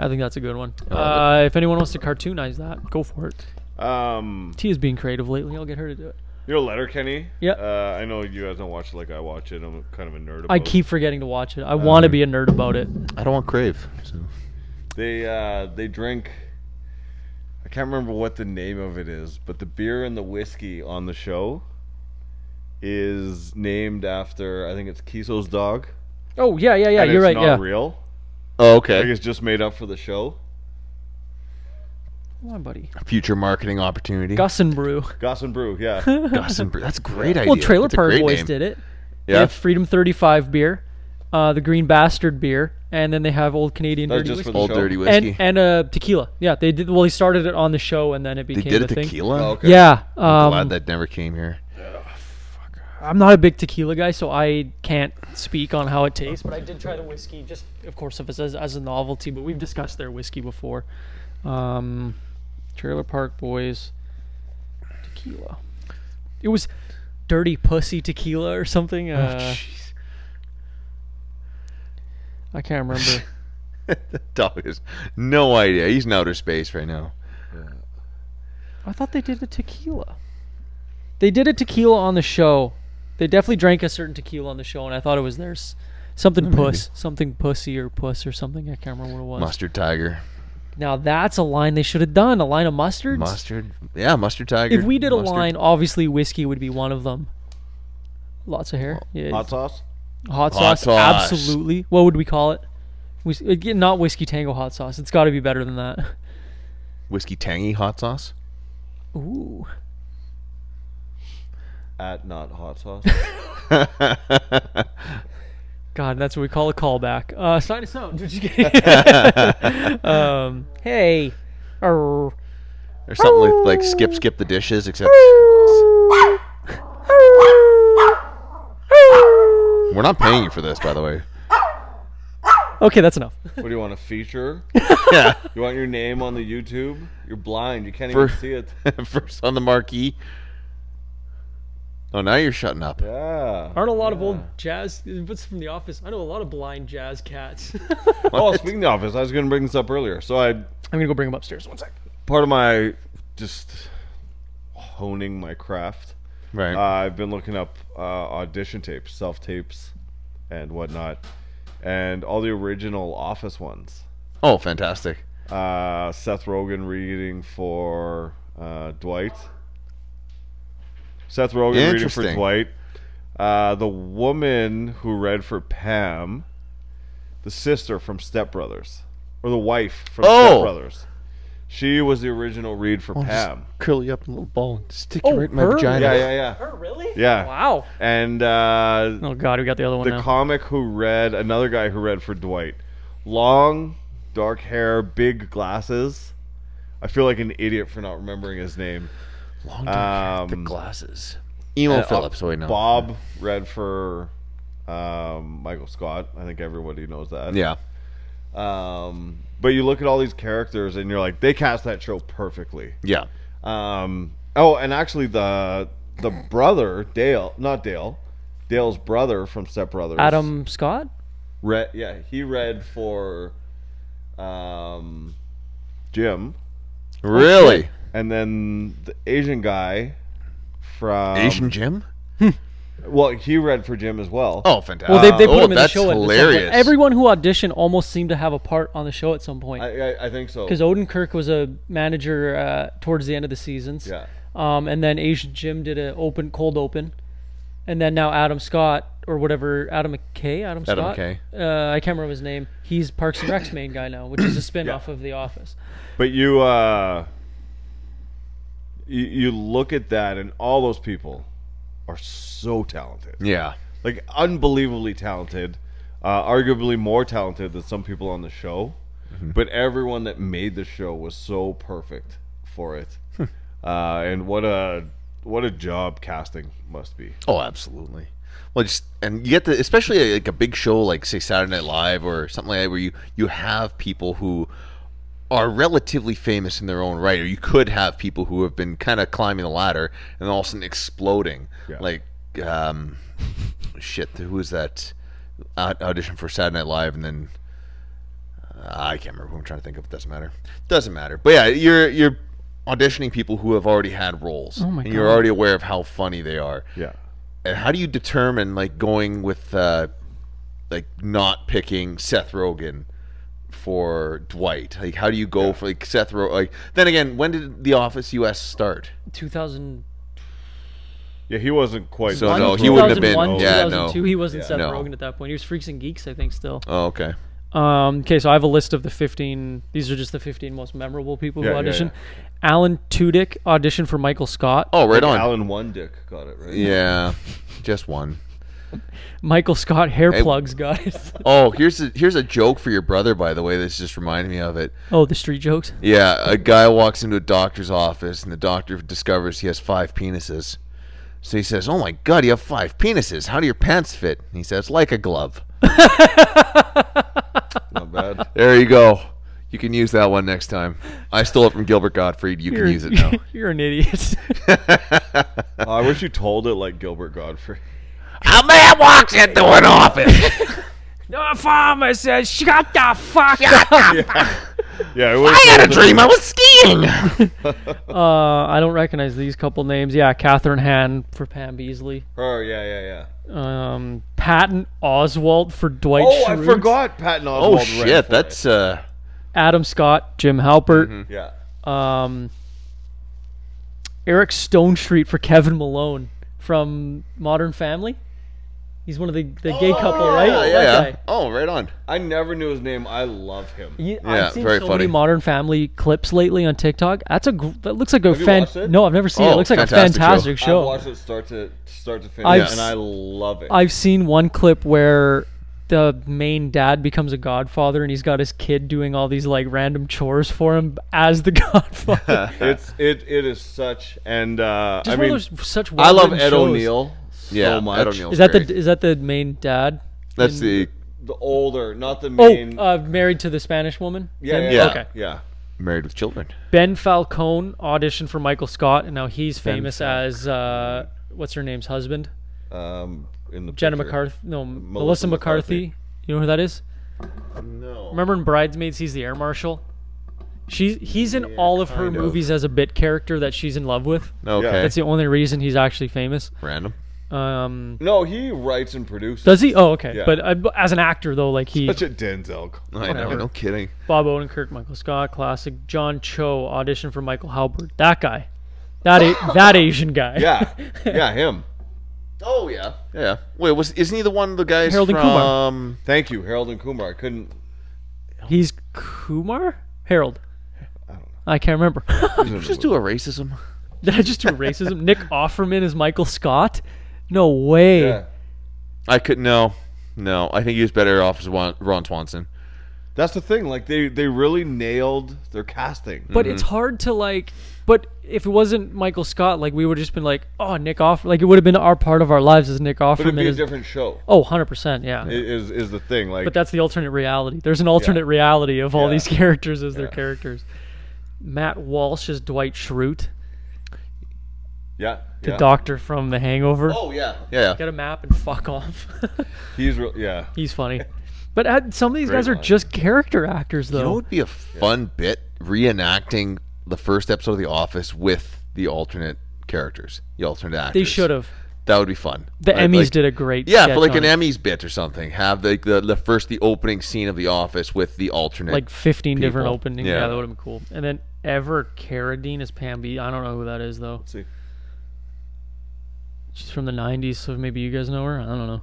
S1: I think that's a good one. Uh, if anyone wants to cartoonize that, go for it.
S4: Um,
S1: Tia's being creative lately. I'll get her to do it.
S4: you know Letterkenny?
S1: Yeah.
S4: Uh, I know you guys don't watch it like I watch it. I'm kind of a nerd. About
S1: I
S4: it.
S1: keep forgetting to watch it. I want to be a nerd about it.
S9: I don't want crave. So.
S4: They uh, they drink. I can't remember what the name of it is, but the beer and the whiskey on the show is named after I think it's Kiso's dog.
S1: Oh yeah, yeah, yeah.
S4: and
S1: You're
S4: it's
S1: right.
S4: Not
S1: Yeah.
S4: real.
S9: Oh,
S4: I think
S9: okay.
S4: it's just made up for the show.
S1: Come on, buddy.
S9: Future marketing opportunity.
S1: Gus and Brew.
S4: Goss and Brew,
S1: <laughs>
S4: yeah.
S9: Gus and Bre- That's a great idea.
S1: Well, Trailer
S9: That's a
S1: Park
S9: great
S1: Boys
S9: name.
S1: did it. They
S9: Yeah.
S1: have Freedom 35 beer, uh, the Green Bastard beer, and then they have Old Canadian
S4: That's
S1: Dirty
S4: just
S1: Whiskey.
S4: for the
S9: Old
S4: show.
S9: dirty whiskey.
S1: and and uh, tequila. Yeah, they did. Well, he started it on the show, and then it
S9: they
S1: became
S9: did a
S1: the thing.
S9: tequila.
S4: Oh, okay.
S1: Yeah, um,
S9: Glad that never came here. <laughs>
S1: I'm not a big tequila guy, so I can't speak on how it tastes. But I did try the whiskey, just of course, if it's as, as a novelty. But we've discussed their whiskey before. Um, Trailer Park Boys tequila. It was dirty pussy tequila or something. Uh,
S9: Jeez.
S1: I can't remember.
S9: Dog has no idea. He's in outer space right now.
S1: I thought they did a tequila. They did a tequila on the show. They definitely drank a certain tequila on the show, and I thought it was theirs. Something puss, something pussy or puss or something. I can't remember what it was.
S9: Mustard tiger.
S1: Now that's a line they should have done. A line of mustards.
S9: Mustard. Yeah, mustard tiger.
S1: If we did a
S9: Mustard.
S1: line, obviously whiskey would be one of them. Lots of hair. Yeah.
S4: Hot sauce?
S1: Hot
S9: Hot
S1: sauce,
S9: sauce.
S1: absolutely. What would we call it? Whis- again, not whiskey tango hot sauce. It's got to be better than that. <laughs>
S9: whiskey tangy hot sauce.
S1: Ooh.
S4: At not hot
S9: <laughs>
S4: sauce.
S1: God, that's what we call a callback. Uh, sign us out. <laughs> Just kidding. <laughs> um, hey. Arr.
S9: Or something like, like skip skip the dishes, except we're not paying you for this, by the way. <laughs>
S1: Okay, that's enough.
S4: what do you want, a feature?
S9: Yeah.
S4: You want your name on the YouTube? You're blind. You can't
S9: For-
S4: even see
S9: <laughs>
S4: it.
S9: <laughs> First on the marquee. Oh, now you're shutting up.
S4: Yeah.
S1: Aren't a lot of old jazz? What's from The Office? I know a lot of blind jazz cats. <laughs>
S4: Oh, speaking of this, I was going to bring this up earlier. So I
S1: I'm gonna go bring him upstairs. One sec.
S4: part of my just honing my craft.
S9: Right.
S4: Uh, I've been looking up uh, audition tapes, self tapes, and whatnot, and all the original Office ones.
S9: oh, fantastic.
S4: Uh, Seth Rogen reading for uh, Dwight. Seth Rogen reading for
S9: Interesting.
S4: Dwight. Uh, the woman who read for Pam, the sister from Step Brothers, or the wife from
S9: Oh!
S4: Step Brothers. She was the original read for Pam.
S9: Curl you up in a little ball and stick
S1: Oh,
S9: it right in my
S1: her?
S9: vagina.
S4: Yeah, yeah, yeah.
S1: Her really?
S4: Yeah.
S1: Wow.
S4: And uh,
S1: Oh God, we got the other one
S4: the
S1: now.
S4: comic who read another guy who read for Dwight. Long, dark hair, big glasses. I feel like an idiot for not remembering his name.
S9: Long dark hair,
S4: Um,
S9: thick glasses. Emo Phillips. Oh, wait, no.
S4: uh, Bob read for um, Michael Scott. I think everybody knows that.
S9: Yeah.
S4: Um, but you look at all these characters and you're like, they cast that show perfectly.
S9: Yeah.
S4: Um, oh, and actually the the brother Dale, not Dale, Dale's brother from Step Brothers,
S1: Adam Scott.
S4: Read, yeah, he read for um, Jim,
S9: Really?
S4: and then the Asian guy from
S9: Asian Jim?
S4: Well, he read for Jim as well.
S9: Oh, fantastic.
S1: Well, they, they put him
S9: oh,
S1: in the
S9: that's
S1: show. at some point.
S9: hilarious.
S1: Everyone who auditioned almost seemed to have a part on the show at some point.
S4: I, I, I think so.
S1: Because Odin Kirk was a manager uh, towards the end of the seasons.
S4: Yeah.
S1: Um, and then Asian Jim did a open cold open, and then now Adam Scott or whatever Adam McKay Adam,
S9: Adam
S1: Scott.
S9: McKay.
S1: Uh, I can't remember his name. He's Parks and Rec's main guy now, which
S9: <coughs>
S1: is a spin off of The Office.
S9: Oh,
S4: But you, uh, you, you look at that, and all those people are so talented,
S9: Yeah.
S4: like unbelievably talented, uh, arguably more talented than some people on the show. But everyone that made the show was so perfect for it, uh, and what a what a job casting must be.
S9: Oh, absolutely. Well, just and you get the especially uh, like a big show like say Saturday Night Live or something like that where you you have people who are relatively famous in their own right, or you could have people who have been kind of climbing the ladder and all of a sudden exploding.
S4: Yeah.
S9: Like, um, shit, who was that au- audition for Saturday Night Live and then I can't remember who I'm trying to think of. It doesn't matter. Doesn't matter. But yeah, you're you're auditioning people who have already had roles, oh my and you're already aware of how funny they are.
S4: Yeah,
S9: And how do you determine like going with uh, like not picking Seth Rogen for Dwight? Like, how do you go for like Seth? Ro- like, then again, when did The Office U.S. start?
S1: 2000.
S4: Yeah, he wasn't quite.
S9: So, no, he wouldn't have been-
S1: 2001,
S9: yeah, no.
S1: 2002. He wasn't Seth
S9: no.
S1: Rogen at that point. He was Freaks and Geeks, I think, still.
S9: Oh, okay.
S1: Um, okay, so I have a list of the 15. These are just the 15 most memorable people
S4: Yeah,
S1: who
S4: yeah,
S1: auditioned. Alan Tudyk auditioned for Michael Scott.
S9: Oh, right on.
S4: Alan One Dick got it right.
S9: Yeah, <laughs> just one.
S1: Michael Scott hair
S9: Hey.
S1: plugs, guys. <laughs>
S9: Oh, here's a here's a joke for your brother, by the way. This just reminded me of it.
S1: oh, the street
S9: <laughs>
S1: jokes.
S9: Yeah, a guy walks into a doctor's office, and the doctor discovers he has five penises. So he says, "Oh my God, you have five penises! How do your pants fit?" And he says, "Like a glove."
S4: Not
S9: <laughs>
S4: bad.
S9: There you go. You can use that one next time. I stole it from Gilbert Gottfried. You
S1: You're,
S9: can use
S1: <laughs>
S9: it now.
S1: you're an idiot. <laughs>
S4: Uh, I wish you told it like Gilbert
S9: <laughs>
S4: Godfrey.
S9: a man walks into an office.
S1: no farmer says, shut the fuck up.
S4: Yeah, it was.
S9: a dream I was skiing.
S1: Uh, I don't recognize these couple names. Yeah, Catherine Han for Pam Beasley.
S4: Oh yeah, yeah, yeah.
S1: Um, Patton Oswalt for Dwight
S4: Oh, I
S1: Schrute.
S4: forgot Patton Oswalt.
S9: <laughs> Oh
S4: ran
S9: shit,
S4: for
S9: that's uh.
S1: Adam Scott, Jim Halpert.
S9: Mm-hmm.
S4: it. yeah.
S1: um, Eric Stone Street for Kevin Malone from Modern Family. He's one of the, the gay couple, right?
S9: Oh, Yeah, yeah,
S1: That
S9: yeah.
S1: guy.
S9: Oh, right on.
S4: I never knew his name. I love him.
S1: You-
S9: Yeah,
S1: I've seen
S9: very
S1: so
S9: funny.
S1: many Modern Family clips lately on TikTok. That's a gr- that looks like a
S4: Have you
S1: fan.
S4: watched it?
S1: No, I've never seen it.
S9: Oh,
S1: It looks like a
S9: fantastic show.
S1: fantastic show.
S4: I watched it start to start to finish,
S1: I've
S4: and I love it.
S1: I've seen one clip where the main dad becomes a godfather and he's got his kid doing all these like random chores for him as the <laughs>
S4: <laughs>
S1: godfather.
S4: it's it it is such and uh,
S1: Just
S4: I
S1: one
S4: mean
S1: of those such
S4: I love
S1: well-written
S4: Ed
S1: shows.
S4: O'Neill
S9: Yeah,
S4: so much.
S9: Ed O'Neill's
S1: Is that
S9: great.
S1: the is that the main dad?
S9: That's
S1: in-
S9: the
S4: The older, not the
S1: Oh,
S4: main.
S1: uh, married to the Spanish woman.
S4: yeah, yeah,
S1: Ben-
S4: yeah,
S1: Okay.
S4: yeah.
S9: Married with Children.
S1: Ben Falcone auditioned for Michael Scott, and now he's famous as uh, what's her name's husband,
S4: Um, in the
S1: Jenna
S4: picture.
S1: McCarthy. No, Melissa,
S4: Melissa
S1: McCarthy.
S4: McCarthy.
S1: You know who that is? No. Remember in Bridesmaids, he's the air marshal. She's he's in all of her movies as a bit character that she's in love with.
S4: Eh.
S9: Okay.
S1: That's the only reason he's actually famous.
S9: Random.
S1: Um,
S4: No, he writes and produces.
S1: does he? Oh, okay.
S4: Mm. Yeah.
S1: But uh, b- as an actor, though, like he
S4: Such a Denzel.
S9: I know. No kidding.
S1: Bob Odenkirk, Michael Scott, classic. John Cho audition for Michael Halbert. That guy, that
S4: <laughs>
S1: a- that Asian guy.
S4: Yeah,
S1: <laughs>
S4: yeah, him.
S9: Oh yeah. Yeah. Wait, was isn't he the um, one of the guys
S1: Harold and
S9: from?
S1: Kumar.
S4: Thank you, Harold and Kumar. I couldn't.
S1: he's Kumar Harold. I can't remember. <laughs>
S9: Just do a racism.
S1: Did I just do racism? Nick Offerman is Michael Scott. No way.
S4: Yeah.
S9: I could no, no. I think he was better off as Ron, Ron Swanson.
S4: That's the thing. Like they they really nailed their casting.
S1: But it's hard to like. But if it wasn't Michael Scott, like we would have just been like, oh, Nick Off. Like it would have been our part of our lives as Nick
S4: But it'd
S1: Offerman.
S4: be a
S1: Is,
S4: different show.
S1: oh, 100%. Yeah.
S4: i- Is is the thing like?
S1: But that's the alternate reality. There's an alternate reality of all
S4: Yeah.
S1: these <laughs> characters as their characters. Matt Walsh is Dwight Schrute,
S4: yeah,
S1: the
S4: yeah.
S1: doctor from The Hangover.
S4: Oh yeah,
S9: Yeah.
S1: Get a map and fuck off. <laughs>
S4: he's real. Yeah,
S1: He's
S4: <laughs>
S1: funny. But uh, some of these guys are
S4: line.
S1: just character actors,
S9: You know, it
S1: though.
S9: would be a fun bit reenacting the first episode of The Office with the alternate characters, the alternate actors.
S1: They should have.
S9: That would be fun.
S1: The
S9: Like-
S1: Emmys
S9: like-
S1: did a great.
S9: Yeah,
S1: sketch
S9: for like
S1: on
S9: an
S1: it.
S9: Emmys bit or something. Have the, the the first the opening scene of The Office with the alternate.
S1: like 15 different
S9: people.
S1: openings.
S9: Yeah.
S1: Yeah, that would have been cool. And then Ever Carradine is Pam B. I don't know who that is though.
S4: see.
S1: She's from the 90s, so maybe you guys know her. I don't know.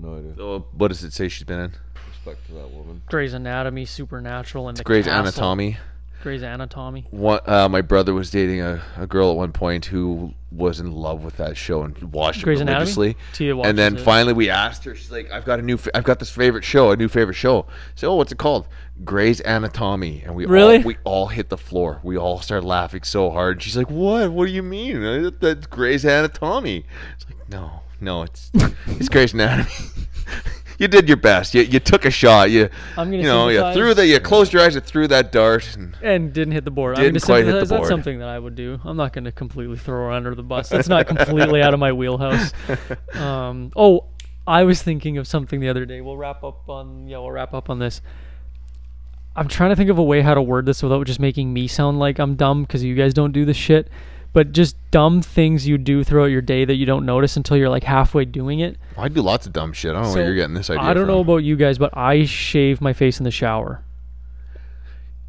S4: no idea.
S9: Oh, what does it say she's been in?
S4: Respect to that woman.
S1: Grey's Anatomy, Supernatural, and The
S9: Grey's
S1: Castle.
S9: Anatomy.
S1: Grey's Anatomy.
S9: One, uh, my brother was dating a, a girl at one point who was in love with that show and watched
S1: Grey's
S9: it
S1: Anatomy?
S9: religiously.
S1: Tia watches
S9: and then
S1: it.
S9: finally we asked her. She's like, "I've got a new, fa- I've got this favorite show, a new favorite show." So, oh, what's it called? Grey's Anatomy. And we
S1: Really?
S9: all, we all hit the floor. We all started laughing so hard. And she's like, "What? What do you mean? Uh, That's Grey's Anatomy." It's like, no, no, it's
S1: <laughs>
S9: it's Grey's Anatomy. <laughs> you did your best. You, you took a shot. You
S1: I'm gonna
S9: you know you
S1: sympathize.
S9: threw that. You closed your eyes. You threw that dart. And,
S1: And didn't hit the board. I'm
S9: Didn't
S1: gonna
S9: quite hit the
S1: sympathize. That's
S9: board.
S1: something that I would do. I'm not going to completely throw her under the bus. That's not completely out of my
S9: <laughs>
S1: wheelhouse. Um, oh, I was thinking of something the other day. We'll wrap up on yeah. We'll wrap up on this. I'm trying to think of a way how to word this without just making me sound like I'm dumb because you guys don't do this shit. But just dumb things you do throughout your day that you don't notice until you're like halfway doing it.
S9: I do lots of dumb shit. I don't know where
S1: So,
S9: you're getting this idea.
S1: I don't
S9: from.
S1: know about you guys, but I shave my face in the shower.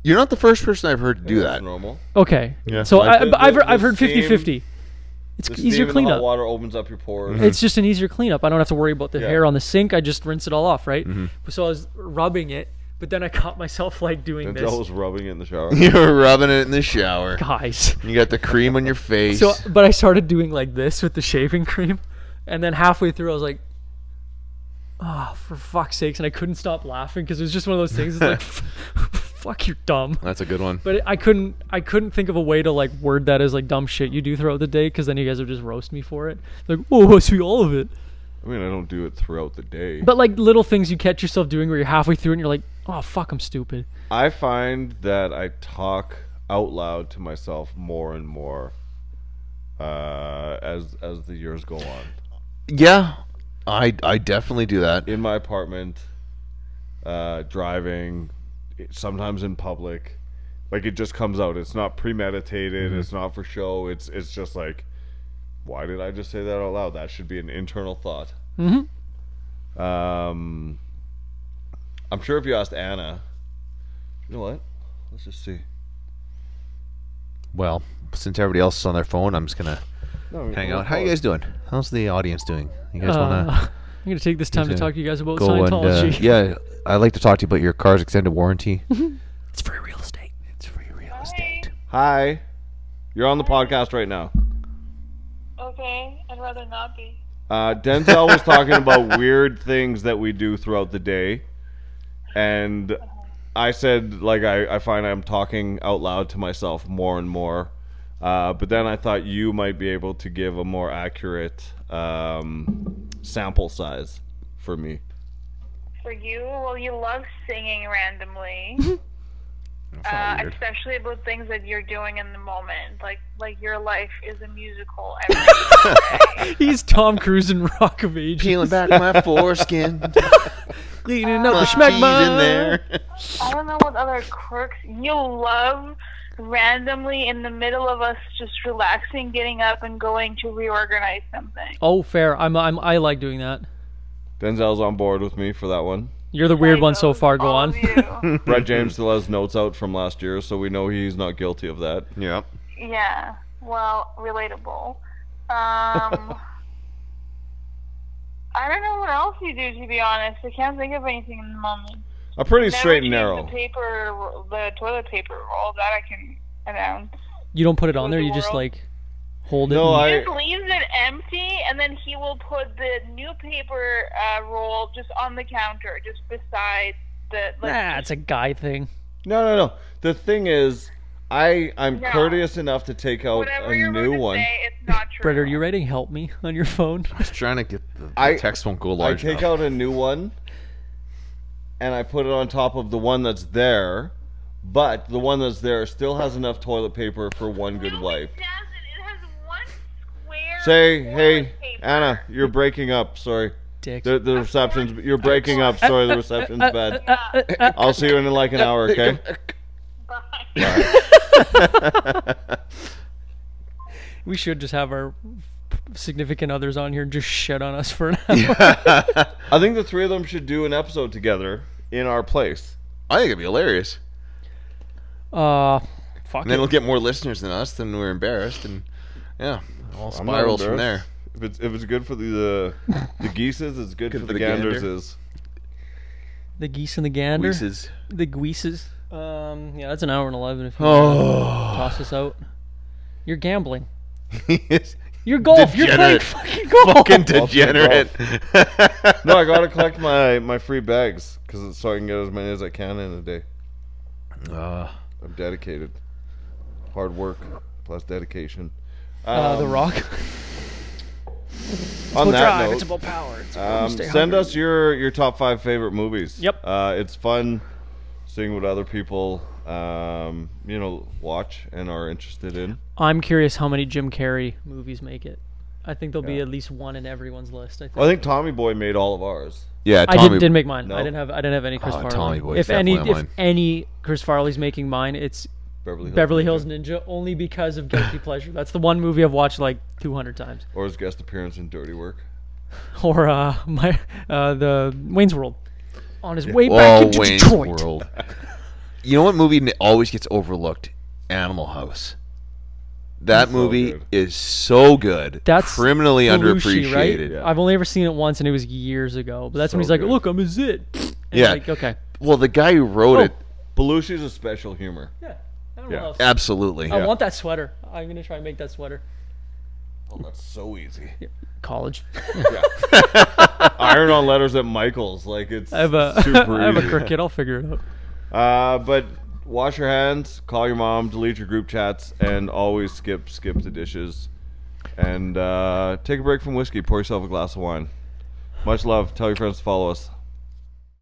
S9: You're not the first person I've heard to do
S4: That's
S9: that. <laughs>
S4: normal.
S1: Okay.
S9: Yeah.
S1: So I,
S4: Like the-
S1: I, have
S4: the-
S1: I've
S4: the
S1: heard 50 50. It's
S4: The steam
S1: easier
S4: and the hot
S1: cleanup. Mm-hmm.
S4: water opens up your pores.
S1: It's just an easier cleanup. I don't have to worry about the
S4: Yeah. Mm-hmm.
S1: hair on the sink. I just rinse it all off, right? So I was rubbing it, but then I caught myself like doing
S4: And
S1: this.
S4: Joe was rubbing it in the
S9: <laughs>
S4: shower.
S9: You're rubbing it in the shower.
S1: Guys.
S9: You got the cream on your face.
S1: So, uh, but I started doing like this with the shaving cream, and then halfway through, I was like, "Oh, for fuck's sakes!" And I couldn't stop laughing because it was just one of those things. It's
S4: <laughs>
S1: like, "Fuck, you're dumb."
S9: That's a good one.
S1: But I couldn't, I couldn't think of a way to like word that as like dumb shit you do throughout the day because then you guys would just roast me for it. Like, oh, I see all of it.
S4: I mean, I don't do it throughout the day.
S1: But like little things you catch yourself doing where you're halfway through and you're like, "Oh, fuck, I'm stupid."
S4: I find that I talk out loud to myself more and more uh, as as the years go on.
S9: Yeah, I I definitely do that.
S4: In my apartment, uh, driving, it- sometimes in public, like it just comes out. It's not premeditated. It's not for show. It's it's just like, why did I just say that out loud? That should be an internal thought. Mm-hmm. Um, I'm sure if you asked Anna, you know what? Let's just see.
S9: Well, since everybody else is on their phone, I'm just gonna
S4: No,
S9: hang
S4: we'll
S9: out. How
S4: call
S9: you
S4: it.
S9: guys doing? How's the audience doing? You guys
S1: Uh, <laughs>
S9: wanna
S1: I'm gonna take this time to
S9: gonna
S1: talk to you guys about
S9: go and
S1: Scientology.
S9: uh, yeah? I'd like to talk to you about your car's extended warranty.
S1: It's free real estate.
S9: it's free real estate.
S4: Hi. You're on the podcast right now.
S12: Okay, I'd rather not be.
S4: Uh, Denzel was talking about weird things that we do throughout the day. And I said, like, I, I find I'm talking out loud to myself more and more. Uh, but then I thought you might be able to give a more accurate um, sample size for me.
S12: For you, well, you love
S1: <laughs>
S12: singing randomly, uh, especially about things that you're doing in the moment. Like, like your life is
S1: <laughs>
S12: a musical. Every
S1: He's Tom Cruise in Rock of Ages.
S9: Peeling
S1: <laughs>
S9: back my foreskin.
S1: Cleaning up the
S9: Cheese
S1: schmegma.
S9: in there.
S12: I don't know what other quirks you love. Randomly in the middle of us just relaxing, getting up and going to reorganize something.
S1: Oh, fair. I'm, I'm, I like doing that.
S4: Denzel's on board with me for that one.
S1: You're the weird one so
S12: Those-
S1: far. Go
S12: all
S1: on.
S12: of
S1: <laughs>
S12: you.
S4: Brett James still has notes out from last year, so we know he's not guilty of that.
S9: yeah.
S12: yeah, well, relatable.
S1: <laughs>
S12: Um, I don't know what else you do, to be honest. I can't think of anything in the moment.
S4: A pretty
S12: Never
S4: straight and
S12: change
S4: narrow.
S12: The paper, the toilet paper roll that I can announce.
S1: You don't put it on there.
S12: the
S1: You just
S12: world.
S1: like hold it.
S4: No,
S1: and-
S4: I.
S12: Just leaves it empty, and then he will put the new paper uh, roll just on the counter, just beside the. Like,
S1: Nah, it's a guy thing.
S4: No, no, no. The thing is, I I'm
S12: No.
S4: courteous enough to take out
S12: whatever
S4: a
S12: you're
S4: new
S12: going to
S4: one.
S12: say, it's not true.
S1: Brett, are you writing "Help Me" on your
S9: <laughs>
S1: phone?
S9: I was trying to get the, the
S4: I-
S9: text won't go
S4: I
S9: large
S4: take
S9: enough.
S4: out a new one, and I put it on top of the one that's there. But the one that's there still has enough toilet paper for one good
S12: No,
S4: wipe.
S12: It doesn't. It has one square.
S4: Say,
S12: toilet
S4: hey,
S12: paper.
S4: Anna, you're breaking up. Sorry,
S1: Dick.
S4: the, the reception's. You're breaking up. Sorry, the reception's bad. I'll see you in like an hour, okay?
S12: Bye.
S1: We should just have our significant others on here and just shit on us for an hour.
S4: I think the three of them should do an episode together in our place.
S9: I think it'd be hilarious.
S1: Uh, fuck
S9: And then
S1: it.
S9: we'll get more listeners than us, then we're embarrassed, and yeah, it all
S4: I'm not
S9: spirals from there.
S4: embarrassed. If it's if it's good for the the, the geeses, it's good, for the,
S9: gander.
S4: ganders. Is
S1: The geese and the gander.
S4: <laughs>
S9: Reese's.
S1: The geeses. Um, yeah, that's an hour and eleven. If you
S9: Oh,
S1: toss this out, you're
S9: <laughs>
S1: gambling.
S9: he's
S1: You're golf. You're playing
S9: Degenerate.
S1: fucking
S9: <laughs>
S1: golf.
S9: fucking degenerate.
S4: no, I gotta collect my my free bags because so I can get as many as I can in a day.
S9: Uh,
S4: I'm dedicated. Hard work plus dedication.
S1: uh,
S4: Um,
S1: the Rock. <laughs>
S4: on that note,
S1: power. It's
S9: uh,
S4: um, send us your your top five favorite movies.
S1: Yep.
S4: Uh, it's fun seeing what other people um, you know watch and are interested in.
S1: I'm curious how many Jim Carrey movies make it. I think there'll be at least one in everyone's list. I think.
S4: I think Tommy Boy made all of ours.
S9: yeah,
S1: I
S9: Tommy.
S1: didn't, didn't make mine.
S4: No.
S1: I didn't have. I didn't have any Chris
S9: Oh,
S1: Farley.
S9: Tommy Boy's
S1: if any,
S9: definitely
S1: if
S9: mine.
S1: any Chris Farley's making mine, it's
S4: Beverly Hills.
S1: Beverly
S4: Ninja.
S1: Hills Ninja, only because of
S9: <laughs>
S1: guilty pleasure. That's the one movie I've watched like 200 times.
S4: or his guest appearance in Dirty Work.
S1: Or uh, <laughs> my uh, the Wayne's World, on his way back
S9: Whoa,
S1: into
S9: Oh, Wayne's
S1: Detroit.
S9: World. <laughs> You know what movie n- always gets overlooked? Animal House. That movie is so good.
S1: That's
S9: criminally
S1: Belushi,
S9: underappreciated.
S1: right? I've only ever seen it once, and it was years ago. But that's when
S9: So
S1: he's like,
S9: good.
S1: "Look, I'm a zit." And
S9: Yeah.
S1: Like, okay.
S9: Well, the guy who wrote
S1: Oh.
S9: it,
S4: Belushi's a special humor.
S1: Yeah.
S4: Yeah. else.
S9: absolutely.
S1: I want that sweater. I'm gonna try and make that sweater.
S4: Oh, that's so easy.
S1: College.
S4: Iron on letters at Michael's, like it's
S1: I have
S9: <laughs>
S1: a <laughs>
S4: super
S1: I have a
S4: easy.
S1: cricket. I'll figure it out.
S4: Uh, but wash your hands, call your mom, delete your group chats, and always skip skip the dishes. And uh, take a break from whiskey. Pour yourself a glass of wine. Much love. Tell your friends to follow us.